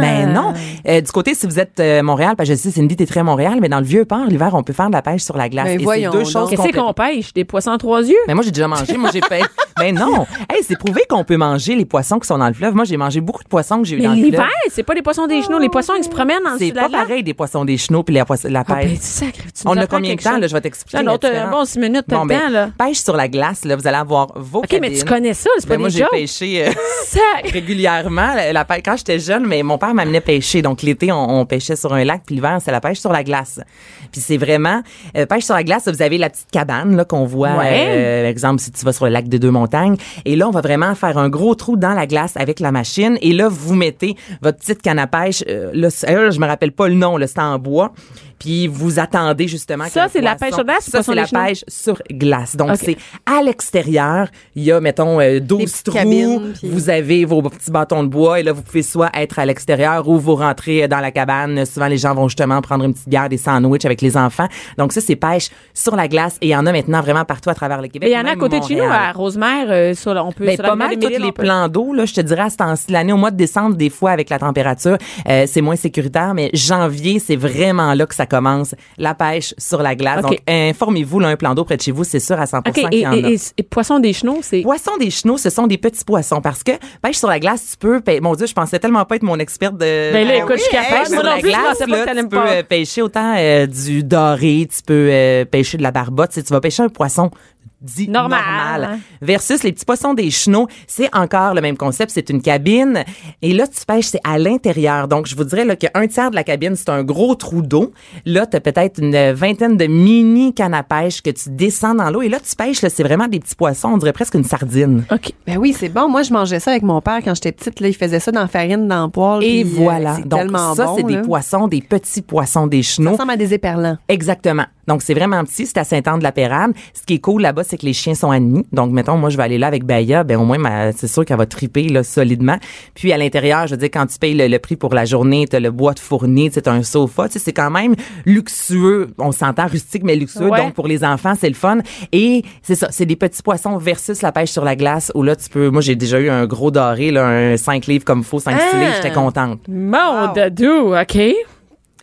Speaker 4: Ben non. Euh, du côté, si vous êtes euh, Montréal, parce que je sais, Cindy, t'es très Montréal, mais dans le vieux port, l'hiver, on peut faire de la pêche sur la glace.
Speaker 5: Ben,
Speaker 4: et c'est
Speaker 5: voyons
Speaker 4: deux
Speaker 5: donc.
Speaker 4: choses
Speaker 3: Qu'est-ce
Speaker 4: complètement-
Speaker 3: qu'on pêche? Des poissons à trois yeux?
Speaker 4: mais moi, j'ai déjà mangé. Moi, j'ai fait. Mais non. Hey, c'est prouvé qu'on peut manger les poissons qui sont dans le fleuve. Moi, j'ai mangé beaucoup de poissons que j'ai eu
Speaker 3: Mais
Speaker 4: Ben, dans le fleuve.
Speaker 3: l'hiver, c'est pas les poissons des genoux. Les poissons, ils se promènent en dessous
Speaker 4: C'est
Speaker 3: de la
Speaker 4: pas
Speaker 3: glace.
Speaker 4: pareil des poissons des chenaux puis la, poisse- la
Speaker 3: Ah, ben,
Speaker 4: pêche.
Speaker 3: tu sacré, tu
Speaker 4: On
Speaker 3: nous
Speaker 4: a
Speaker 3: apprends
Speaker 4: combien de
Speaker 3: quelque
Speaker 4: temps,
Speaker 3: chose.
Speaker 4: là? Je vais t'expliquer.
Speaker 3: Non, non,
Speaker 4: la
Speaker 3: t'as un
Speaker 4: différence.
Speaker 3: bon six minutes, t'as
Speaker 4: Bon,
Speaker 3: le
Speaker 4: ben,
Speaker 3: temps, là.
Speaker 4: Pêche sur la glace, là, vous allez avoir vos
Speaker 3: OK, mais tu connais ça, c'est pas
Speaker 4: ben, Moi,
Speaker 3: des
Speaker 4: j'ai
Speaker 3: jokes.
Speaker 4: pêché euh,
Speaker 3: Sac-
Speaker 4: régulièrement. La, la pêche- quand j'étais jeune, mais mon père m'amenait pêcher. Donc, l'été, on, on pêchait sur un lac, puis l'hiver, c'est la pêche sur la glace. Puis c'est vraiment... euh, pêche sur la glace, vous avez la petite cabane là qu'on voit,
Speaker 3: Ouais.
Speaker 4: euh, par exemple, si tu vas sur le lac des Deux-Montagnes. Et là, on va vraiment faire un gros trou dans la glace avec la machine. Et là, vous mettez votre petite canne à pêche. euh, là, c'est- euh, je me rappelle pas le nom, là, c'est en bois. Puis vous attendez justement...
Speaker 3: Ça,
Speaker 4: que le
Speaker 3: c'est la pêche
Speaker 4: poisson-
Speaker 3: sur glace ou
Speaker 4: Ça,
Speaker 3: poisson
Speaker 4: c'est la
Speaker 3: des chenaux?
Speaker 4: pêche sur glace. Donc,
Speaker 3: OK.
Speaker 4: c'est à l'extérieur. Il y a, mettons, euh, 12
Speaker 5: petites
Speaker 4: trous.
Speaker 5: cabines, puis-
Speaker 4: Vous avez vos petits bâtons de bois et là, vous pouvez soit être à l'extérieur ou vous rentrez dans la cabane. Souvent, les gens vont justement prendre une petite bière, des sandwichs avec les enfants. Donc, ça, c'est pêche sur la glace et il y en a maintenant vraiment partout à travers le Québec.
Speaker 3: Il y en a à
Speaker 4: même
Speaker 3: côté de chez nous,
Speaker 4: Montréal.
Speaker 3: à Rosemère, euh, sur la- on peut
Speaker 4: Ben,
Speaker 3: sur la
Speaker 4: pas
Speaker 3: rivière
Speaker 4: mal
Speaker 3: des
Speaker 4: tous
Speaker 3: Mille,
Speaker 4: les
Speaker 3: on peut-
Speaker 4: plans d'eau là, je te dirais à ce temps-ci de l'année au mois de décembre des fois avec la température, euh, c'est moins sécuritaire mais janvier, c'est vraiment là que ça commence la pêche sur la glace.
Speaker 3: OK.
Speaker 4: Donc informez-vous là un plan d'eau près de chez vous, c'est sûr à 100%
Speaker 3: OK,
Speaker 4: qu'il
Speaker 3: et,
Speaker 4: y en a.
Speaker 3: et- et- et poisson des chenaux, c'est.
Speaker 4: Poissons des chenaux, ce sont des petits poissons parce que pêche sur la glace, tu peux. pê- Mon Dieu, je pensais tellement pas être mon experte de.
Speaker 3: Ben là,
Speaker 4: Ah
Speaker 3: écoute, je suis
Speaker 4: hey,
Speaker 3: capable.
Speaker 4: pêche
Speaker 3: Moi
Speaker 4: sur
Speaker 3: non
Speaker 4: la
Speaker 3: plus, je
Speaker 4: glace,
Speaker 3: pensais pas
Speaker 4: là,
Speaker 3: que t'allais
Speaker 4: tu
Speaker 3: me
Speaker 4: peux
Speaker 3: parler.
Speaker 4: euh, pêcher autant euh, du doré, tu peux euh, pêcher de la barbotte. Tu sais, tu vas pêcher un poisson dit
Speaker 3: Normal,
Speaker 4: normal,
Speaker 3: hein.
Speaker 4: versus les petits poissons des chenaux, c'est encore le même concept, c'est une cabine et là tu pêches c'est à l'intérieur. Donc je vous dirais là qu'un tiers de la cabine, c'est un gros trou d'eau. Là tu as peut-être une vingtaine de mini cannes à pêche que tu descends dans l'eau et là tu pêches là, c'est vraiment des petits poissons, on dirait presque une sardine.
Speaker 3: OK.
Speaker 5: Ben oui, c'est bon. Moi, je mangeais ça avec mon père quand j'étais petite. Là, il faisait ça dans la farine, dans le poêle.
Speaker 4: Et
Speaker 5: puis, euh,
Speaker 4: voilà.
Speaker 5: C'est
Speaker 4: Donc
Speaker 5: tellement
Speaker 4: ça
Speaker 5: bon.
Speaker 4: c'est des
Speaker 5: là.
Speaker 4: poissons, des petits poissons des
Speaker 5: Ça
Speaker 4: chenaux.
Speaker 5: ressemble à des éperlans.
Speaker 4: Exactement. Donc, c'est vraiment petit. C'est à Saint-Anne-de-la-Pérade. Ce qui est cool là-bas, c'est que les chiens sont admis. Donc, mettons, moi, je vais aller là avec Baya. Ben, au moins, ma- c'est sûr qu'elle va triper, là, solidement. Puis, à l'intérieur, je veux dire, quand tu payes le, le prix pour la journée, t'as le bois de fourni, t'as un sofa. Tu sais, c'est quand même luxueux. On s'entend rustique, mais luxueux.
Speaker 3: Ouais.
Speaker 4: Donc, pour les enfants, c'est le fun. Et c'est ça. C'est des petits poissons versus la pêche sur la glace où là, tu peux, moi, j'ai déjà eu un gros doré, là, un 5 livres comme faux, 5
Speaker 5: Ah!
Speaker 4: livres. J'étais contente.
Speaker 3: Mon dadou, OK.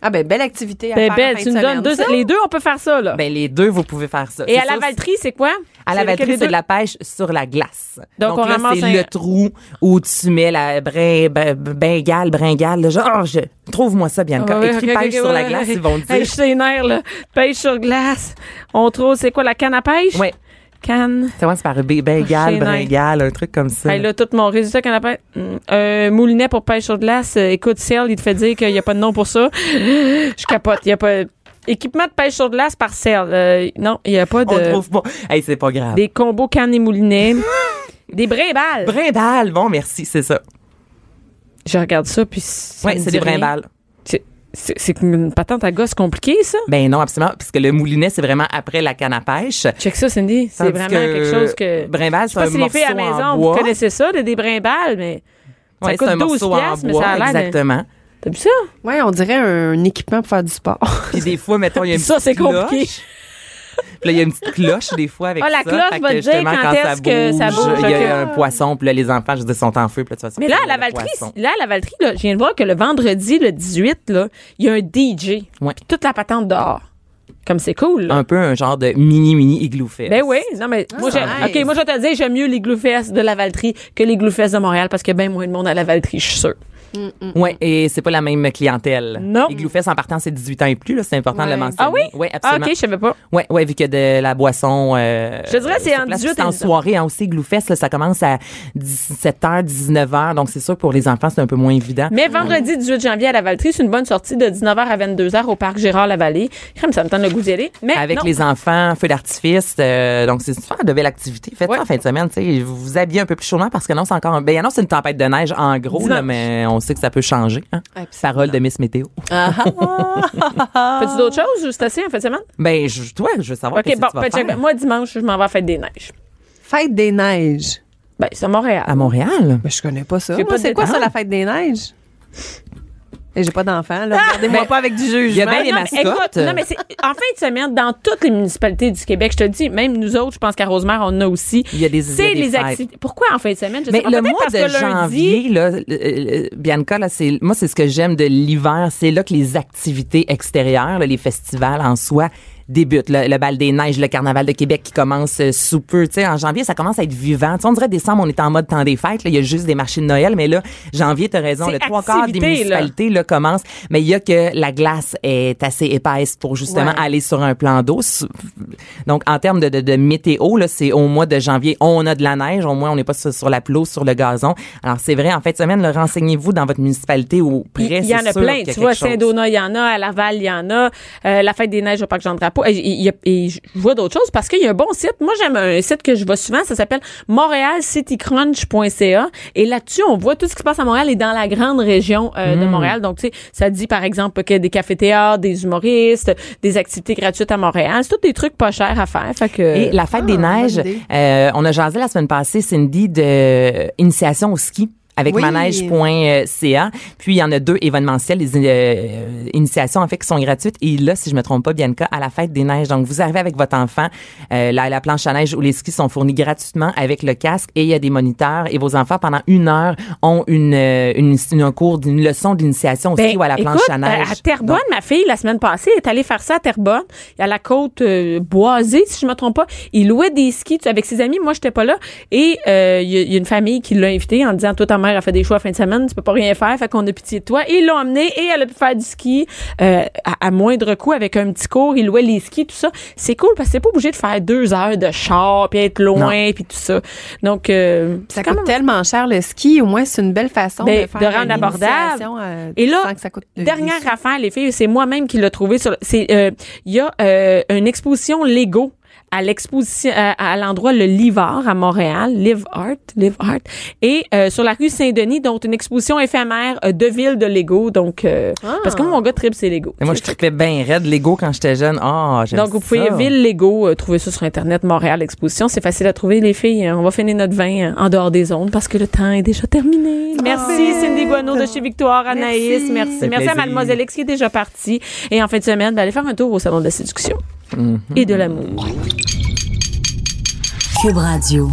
Speaker 5: Ah ben, belle activité à
Speaker 3: Ben,
Speaker 5: faire
Speaker 3: ben,
Speaker 5: en fin
Speaker 3: tu
Speaker 5: de
Speaker 3: nous donnes
Speaker 5: semaine,
Speaker 3: deux.
Speaker 5: ça.
Speaker 3: Les deux, on peut faire ça, là.
Speaker 4: Ben, les deux, vous pouvez faire ça.
Speaker 3: et à
Speaker 4: C'est
Speaker 3: la
Speaker 4: sûr,
Speaker 3: valtrie, c'est quoi?
Speaker 4: À la
Speaker 3: C'est lequel
Speaker 4: batterie,
Speaker 3: des
Speaker 4: c'est de
Speaker 3: deux?
Speaker 4: la pêche sur la glace.
Speaker 3: Donc,
Speaker 4: Donc,
Speaker 3: on
Speaker 4: là,
Speaker 3: ramasse
Speaker 4: c'est
Speaker 3: un-
Speaker 4: le trou où tu mets la brin, b- b- bengale, bringale, là, genre, oh, je... trouve-moi ça, Bianca.
Speaker 3: Ouais, ouais,
Speaker 4: Écris
Speaker 3: ok,
Speaker 4: pêche
Speaker 3: ok,
Speaker 4: sur la
Speaker 3: ouais,
Speaker 4: glace,
Speaker 3: ouais.
Speaker 4: ils vont te
Speaker 3: Hey,
Speaker 4: dire.
Speaker 3: je suis nerf, là. Pêche sur glace. On trouve, c'est quoi, la canne à pêche?
Speaker 4: Ouais.
Speaker 3: Canne.
Speaker 4: Ça commence par b-
Speaker 3: Je
Speaker 4: bengale,
Speaker 3: sais, non.
Speaker 4: bringale, un truc comme ça.
Speaker 3: Hey, là, tout mon résultat canne à pêche. Hum. Euh, moulinet pour pêche sur glace. Euh, écoute, Cell, il te fait dire qu'il n'y a pas de nom pour ça. je capote. Il y a pas. Équipement de pêche sur glace par Cell. Euh, non, il n'y a pas de.
Speaker 4: On trouve pas. Hey, c'est pas grave.
Speaker 3: Des combos canne et moulinet. des brimbales.
Speaker 4: Bringale, bon, merci, c'est ça.
Speaker 3: Je regarde ça, puis. ça
Speaker 4: Oui,
Speaker 3: me
Speaker 4: c'est
Speaker 3: dit
Speaker 4: des
Speaker 3: rien.
Speaker 4: brimbales.
Speaker 3: C'est- C'est c'est une patente à gosse compliquée, ça?
Speaker 4: Ben non, absolument, puisque le moulinet, c'est vraiment après la canne à pêche.
Speaker 3: Check ça, Cindy. C'est
Speaker 4: Tandis
Speaker 3: vraiment
Speaker 4: que
Speaker 3: quelque chose que.
Speaker 4: Brimbale,
Speaker 3: Je
Speaker 4: c'est
Speaker 3: sais pas
Speaker 4: un
Speaker 3: si les
Speaker 4: morceau
Speaker 3: filles à la
Speaker 4: en
Speaker 3: maison, vous
Speaker 4: bois.
Speaker 3: connaissez ça, des, des brimbales, mais ça
Speaker 4: Ouais, c'est
Speaker 3: coûte
Speaker 4: un
Speaker 3: 12
Speaker 4: morceau en
Speaker 3: piastres, mais ça a
Speaker 4: bois.
Speaker 3: l'air d'un-
Speaker 4: Exactement.
Speaker 3: t'as vu ça?
Speaker 5: Ouais, on dirait un équipement pour faire du sport.
Speaker 4: Puis des fois, mettons, il y a une
Speaker 3: Puis ça,
Speaker 4: petite
Speaker 3: c'est compliqué.
Speaker 4: cloche. Puis là, il y a une petite cloche des fois avec
Speaker 3: Ah, la
Speaker 4: ça.
Speaker 3: cloche
Speaker 4: Fait
Speaker 3: va
Speaker 4: que
Speaker 3: te dire
Speaker 4: justement,
Speaker 3: quand est-ce que ça bouge.
Speaker 4: Il y a
Speaker 3: Ok.
Speaker 4: un poisson, puis là, les enfants, je dis, sont en feu, puis là, tu vas
Speaker 3: Mais là, à la Valtrie,
Speaker 4: valtrise
Speaker 3: là, à la Valtrie, là, je viens de voir que le vendredi, le 18, là, il y a un DJ.
Speaker 4: Ouais.
Speaker 3: Toute la patente dehors. Comme c'est cool. là.
Speaker 4: Un peu un genre de mini, mini igloo fest.
Speaker 3: Ben oui, non mais moi j'ai
Speaker 5: nice.
Speaker 3: OK, moi je vais te dire j'aime mieux les Gloufesses de la Valtrie que les Gloufesses de Montréal parce que ben moins de monde à la Valtrie, je suis sûre.
Speaker 4: Ouais, et c'est pas la même clientèle.
Speaker 3: Non.
Speaker 4: Igloo Fest, en partant, c'est 18 ans et plus, là. C'est important de
Speaker 5: Ouais.
Speaker 4: le mentionner.
Speaker 3: Ah oui?
Speaker 4: Oui,
Speaker 3: Ah,
Speaker 4: absolument.
Speaker 3: OK, je savais pas.
Speaker 4: Ouais, ouais, vu qu'il y a de la boisson. euh,
Speaker 3: Je te dirais, c'est
Speaker 4: sur
Speaker 3: en
Speaker 4: place.
Speaker 3: 18
Speaker 4: C'est en
Speaker 3: et-
Speaker 4: soirée, hein, aussi, Igloo Fest, là, ça commence à 17h, 19h. Donc, c'est sûr, que pour les enfants, c'est un peu moins évident.
Speaker 3: Mais vendredi 18 janvier à la Valtrie, c'est une bonne sortie de 19h à 22h au parc Gérard Lavallée. Crème, ça me tente le goût d'y aller. Mais
Speaker 4: Avec
Speaker 3: non.
Speaker 4: les enfants, feu d'artifice. euh, donc, c'est super de belles activités. Faites ça en fin de semaine. tu sais, Vous vous habillez un peu plus chaudement parce que non, c'est encore... un- Ben, il annonce une tempête de neige, en gros, là,
Speaker 3: Dimanche.
Speaker 4: mais on sait que ça peut changer. Hein?
Speaker 5: Absolument.
Speaker 4: Parole de Miss Météo.
Speaker 3: fais-tu d'autres choses ou c'est assez en fait semaine
Speaker 4: Ben, je, toi, je veux savoir
Speaker 3: OK,
Speaker 4: qu'est-ce
Speaker 3: bon,
Speaker 4: que tu vas
Speaker 3: fait-
Speaker 4: faire
Speaker 3: check- moi dimanche, je m'en vais à fête des neiges.
Speaker 5: Fête des neiges.
Speaker 3: Ben, c'est à Montréal.
Speaker 4: à Montréal.
Speaker 5: Mais je connais pas ça.
Speaker 3: J'ai
Speaker 5: Moi,
Speaker 3: pas Ah.
Speaker 5: C'est
Speaker 3: de
Speaker 5: quoi ça,
Speaker 3: détails.
Speaker 5: la fête des neiges? Et j'ai pas d'enfant,
Speaker 3: Ah!
Speaker 5: là. Regardez-moi pas avec du jugement.
Speaker 4: Ben, Il y a bien des
Speaker 3: Non, mais
Speaker 4: mascottes.
Speaker 3: écoute, non, mais c'est en fin de semaine, dans toutes les municipalités du Québec, je te dis, même nous autres, je pense qu'à Rosemère, on en a aussi.
Speaker 4: Il y a des- il y a
Speaker 3: C'est
Speaker 4: des
Speaker 3: les
Speaker 4: fêtes.
Speaker 3: activités. Pourquoi en fin de semaine? Je
Speaker 4: Mais
Speaker 3: sais pas.
Speaker 4: le
Speaker 3: Peut-être
Speaker 4: mois
Speaker 3: parce
Speaker 4: de
Speaker 3: que lundi-
Speaker 4: janvier, là, euh, euh, Bianca, là, c'est, moi, c'est ce que j'aime de l'hiver. C'est là que les activités extérieures, là, les festivals en soi, débutent. Le, le bal des neiges, le carnaval de Québec qui commence euh, sous peu. Tu sais, en janvier, ça commence à être vivant. Tu sais, on dirait décembre, on est en mode temps des fêtes. là. Il y a juste des marchés de Noël. Mais là, janvier, t'as raison.
Speaker 3: C'est
Speaker 4: Le trois quarts des
Speaker 3: activité, là.
Speaker 4: municipalités, là, commencent. Mais il y a que la glace est assez épaisse pour justement
Speaker 5: Ouais.
Speaker 4: aller sur un plan d'eau. Sou- Donc, en termes de, de, de météo, là, c'est au mois de janvier, on a de la neige, au moins on n'est pas sur, sur la pelouse, sur le gazon. Alors, c'est vrai, en fin de semaine, là, renseignez-vous dans votre municipalité ou près,
Speaker 3: Il y
Speaker 4: c'est
Speaker 3: en a
Speaker 4: sûr
Speaker 3: plein.
Speaker 4: qu'il y a
Speaker 3: Tu vois,
Speaker 4: quelque chose.
Speaker 3: Saint-Donat, il y en a. À Laval, il y en a. Euh, la fête des neiges au parc Jean-Drapeau. Et, il y a- et je vois d'autres choses parce qu'il y a un bon site. Moi, j'aime un site que je vois souvent. Ça s'appelle montrealcitycrunch.ca. Et là-dessus, on voit tout ce qui se passe à Montréal et dans la grande région euh,
Speaker 4: Hmm.
Speaker 3: de Montréal. Donc, tu sais, ça dit, par exemple, qu'il y a des cafés-théâtres, des humoristes, des activités gratuites à Montréal. C'est tous des trucs pas chers à faire. Fait que...
Speaker 4: Et la
Speaker 3: ah,
Speaker 4: fête des neiges,
Speaker 5: idée.
Speaker 4: euh, on a jasé la semaine passée, Cindy, de euh, initiation au ski avec
Speaker 5: Oui.
Speaker 4: manège.ca. Puis, il y en a deux événementiels, les euh, initiations, en fait, qui sont gratuites. Et là, si je me trompe pas, Bianca, à la fête des neiges. Donc, vous arrivez avec votre enfant, euh, la, la planche à neige où les skis sont fournis gratuitement avec le casque et il y a des moniteurs. Et vos enfants, pendant une heure, ont une, euh, une, une- un cours, d'une leçon d'initiation au
Speaker 3: Ben,
Speaker 4: ski ou à la planche
Speaker 3: écoute,
Speaker 4: à neige.
Speaker 3: À Terrebonne, ma fille, la semaine passée, est allée faire ça à Terrebonne, à la côte euh, boisée, si je me trompe pas. Il louait des skis tu- avec ses amis. Moi, j'étais pas là. Et euh, il y, a- il y a une famille qui l'a invité en disant, toi, ta mère a fait des choix à fin de semaine, tu peux pas rien faire, fait qu'on a pitié de toi. Et ils l'ont amené et elle a pu faire du ski euh, à, à moindre coût avec un petit cours. Il louait les skis, tout ça. C'est cool parce que c'est pas obligé de faire deux heures de char, puis être loin, puis tout ça. Donc, euh,
Speaker 5: Ça
Speaker 3: c'est quand
Speaker 5: coûte
Speaker 3: même-
Speaker 5: tellement cher le ski, au moins c'est une belle façon
Speaker 3: Ben,
Speaker 5: de faire
Speaker 3: de rendre
Speaker 5: une
Speaker 3: abordable.
Speaker 5: initiation, euh,
Speaker 3: Et là,
Speaker 5: sans que ça coûte de-
Speaker 3: Dernière affaire, les filles, c'est moi-même qui l'ai trouvé. sur- C'est euh, il y a euh, une exposition Lego à l'exposition à, à l'endroit le Livard à Montréal, Live Art, Live Art, et euh, sur la rue Saint-Denis, donc une exposition éphémère euh, de ville de Lego. Donc euh, parce que moi, mon gars trip c'est Lego.
Speaker 4: Et moi, je tripais bien raide Lego quand j'étais jeune. Ah, j'aime
Speaker 3: Donc vous pouvez
Speaker 4: ça.
Speaker 3: ville Lego euh, trouver ça sur internet Montréal exposition, c'est facile à trouver les filles. hein. On va finir notre vin hein, en dehors des ondes parce que le temps est déjà terminé. Merci Cindy Guano de chez Victoire, Anaïs,
Speaker 5: Merci.
Speaker 3: merci.
Speaker 4: Ça fait
Speaker 3: Merci à
Speaker 4: plaisir.
Speaker 3: Mademoiselle X qui est déjà partie et en fin de semaine, ben, allez faire un tour au salon
Speaker 4: Mhm.
Speaker 3: de la séduction et de l'amour.
Speaker 1: Cube Radio.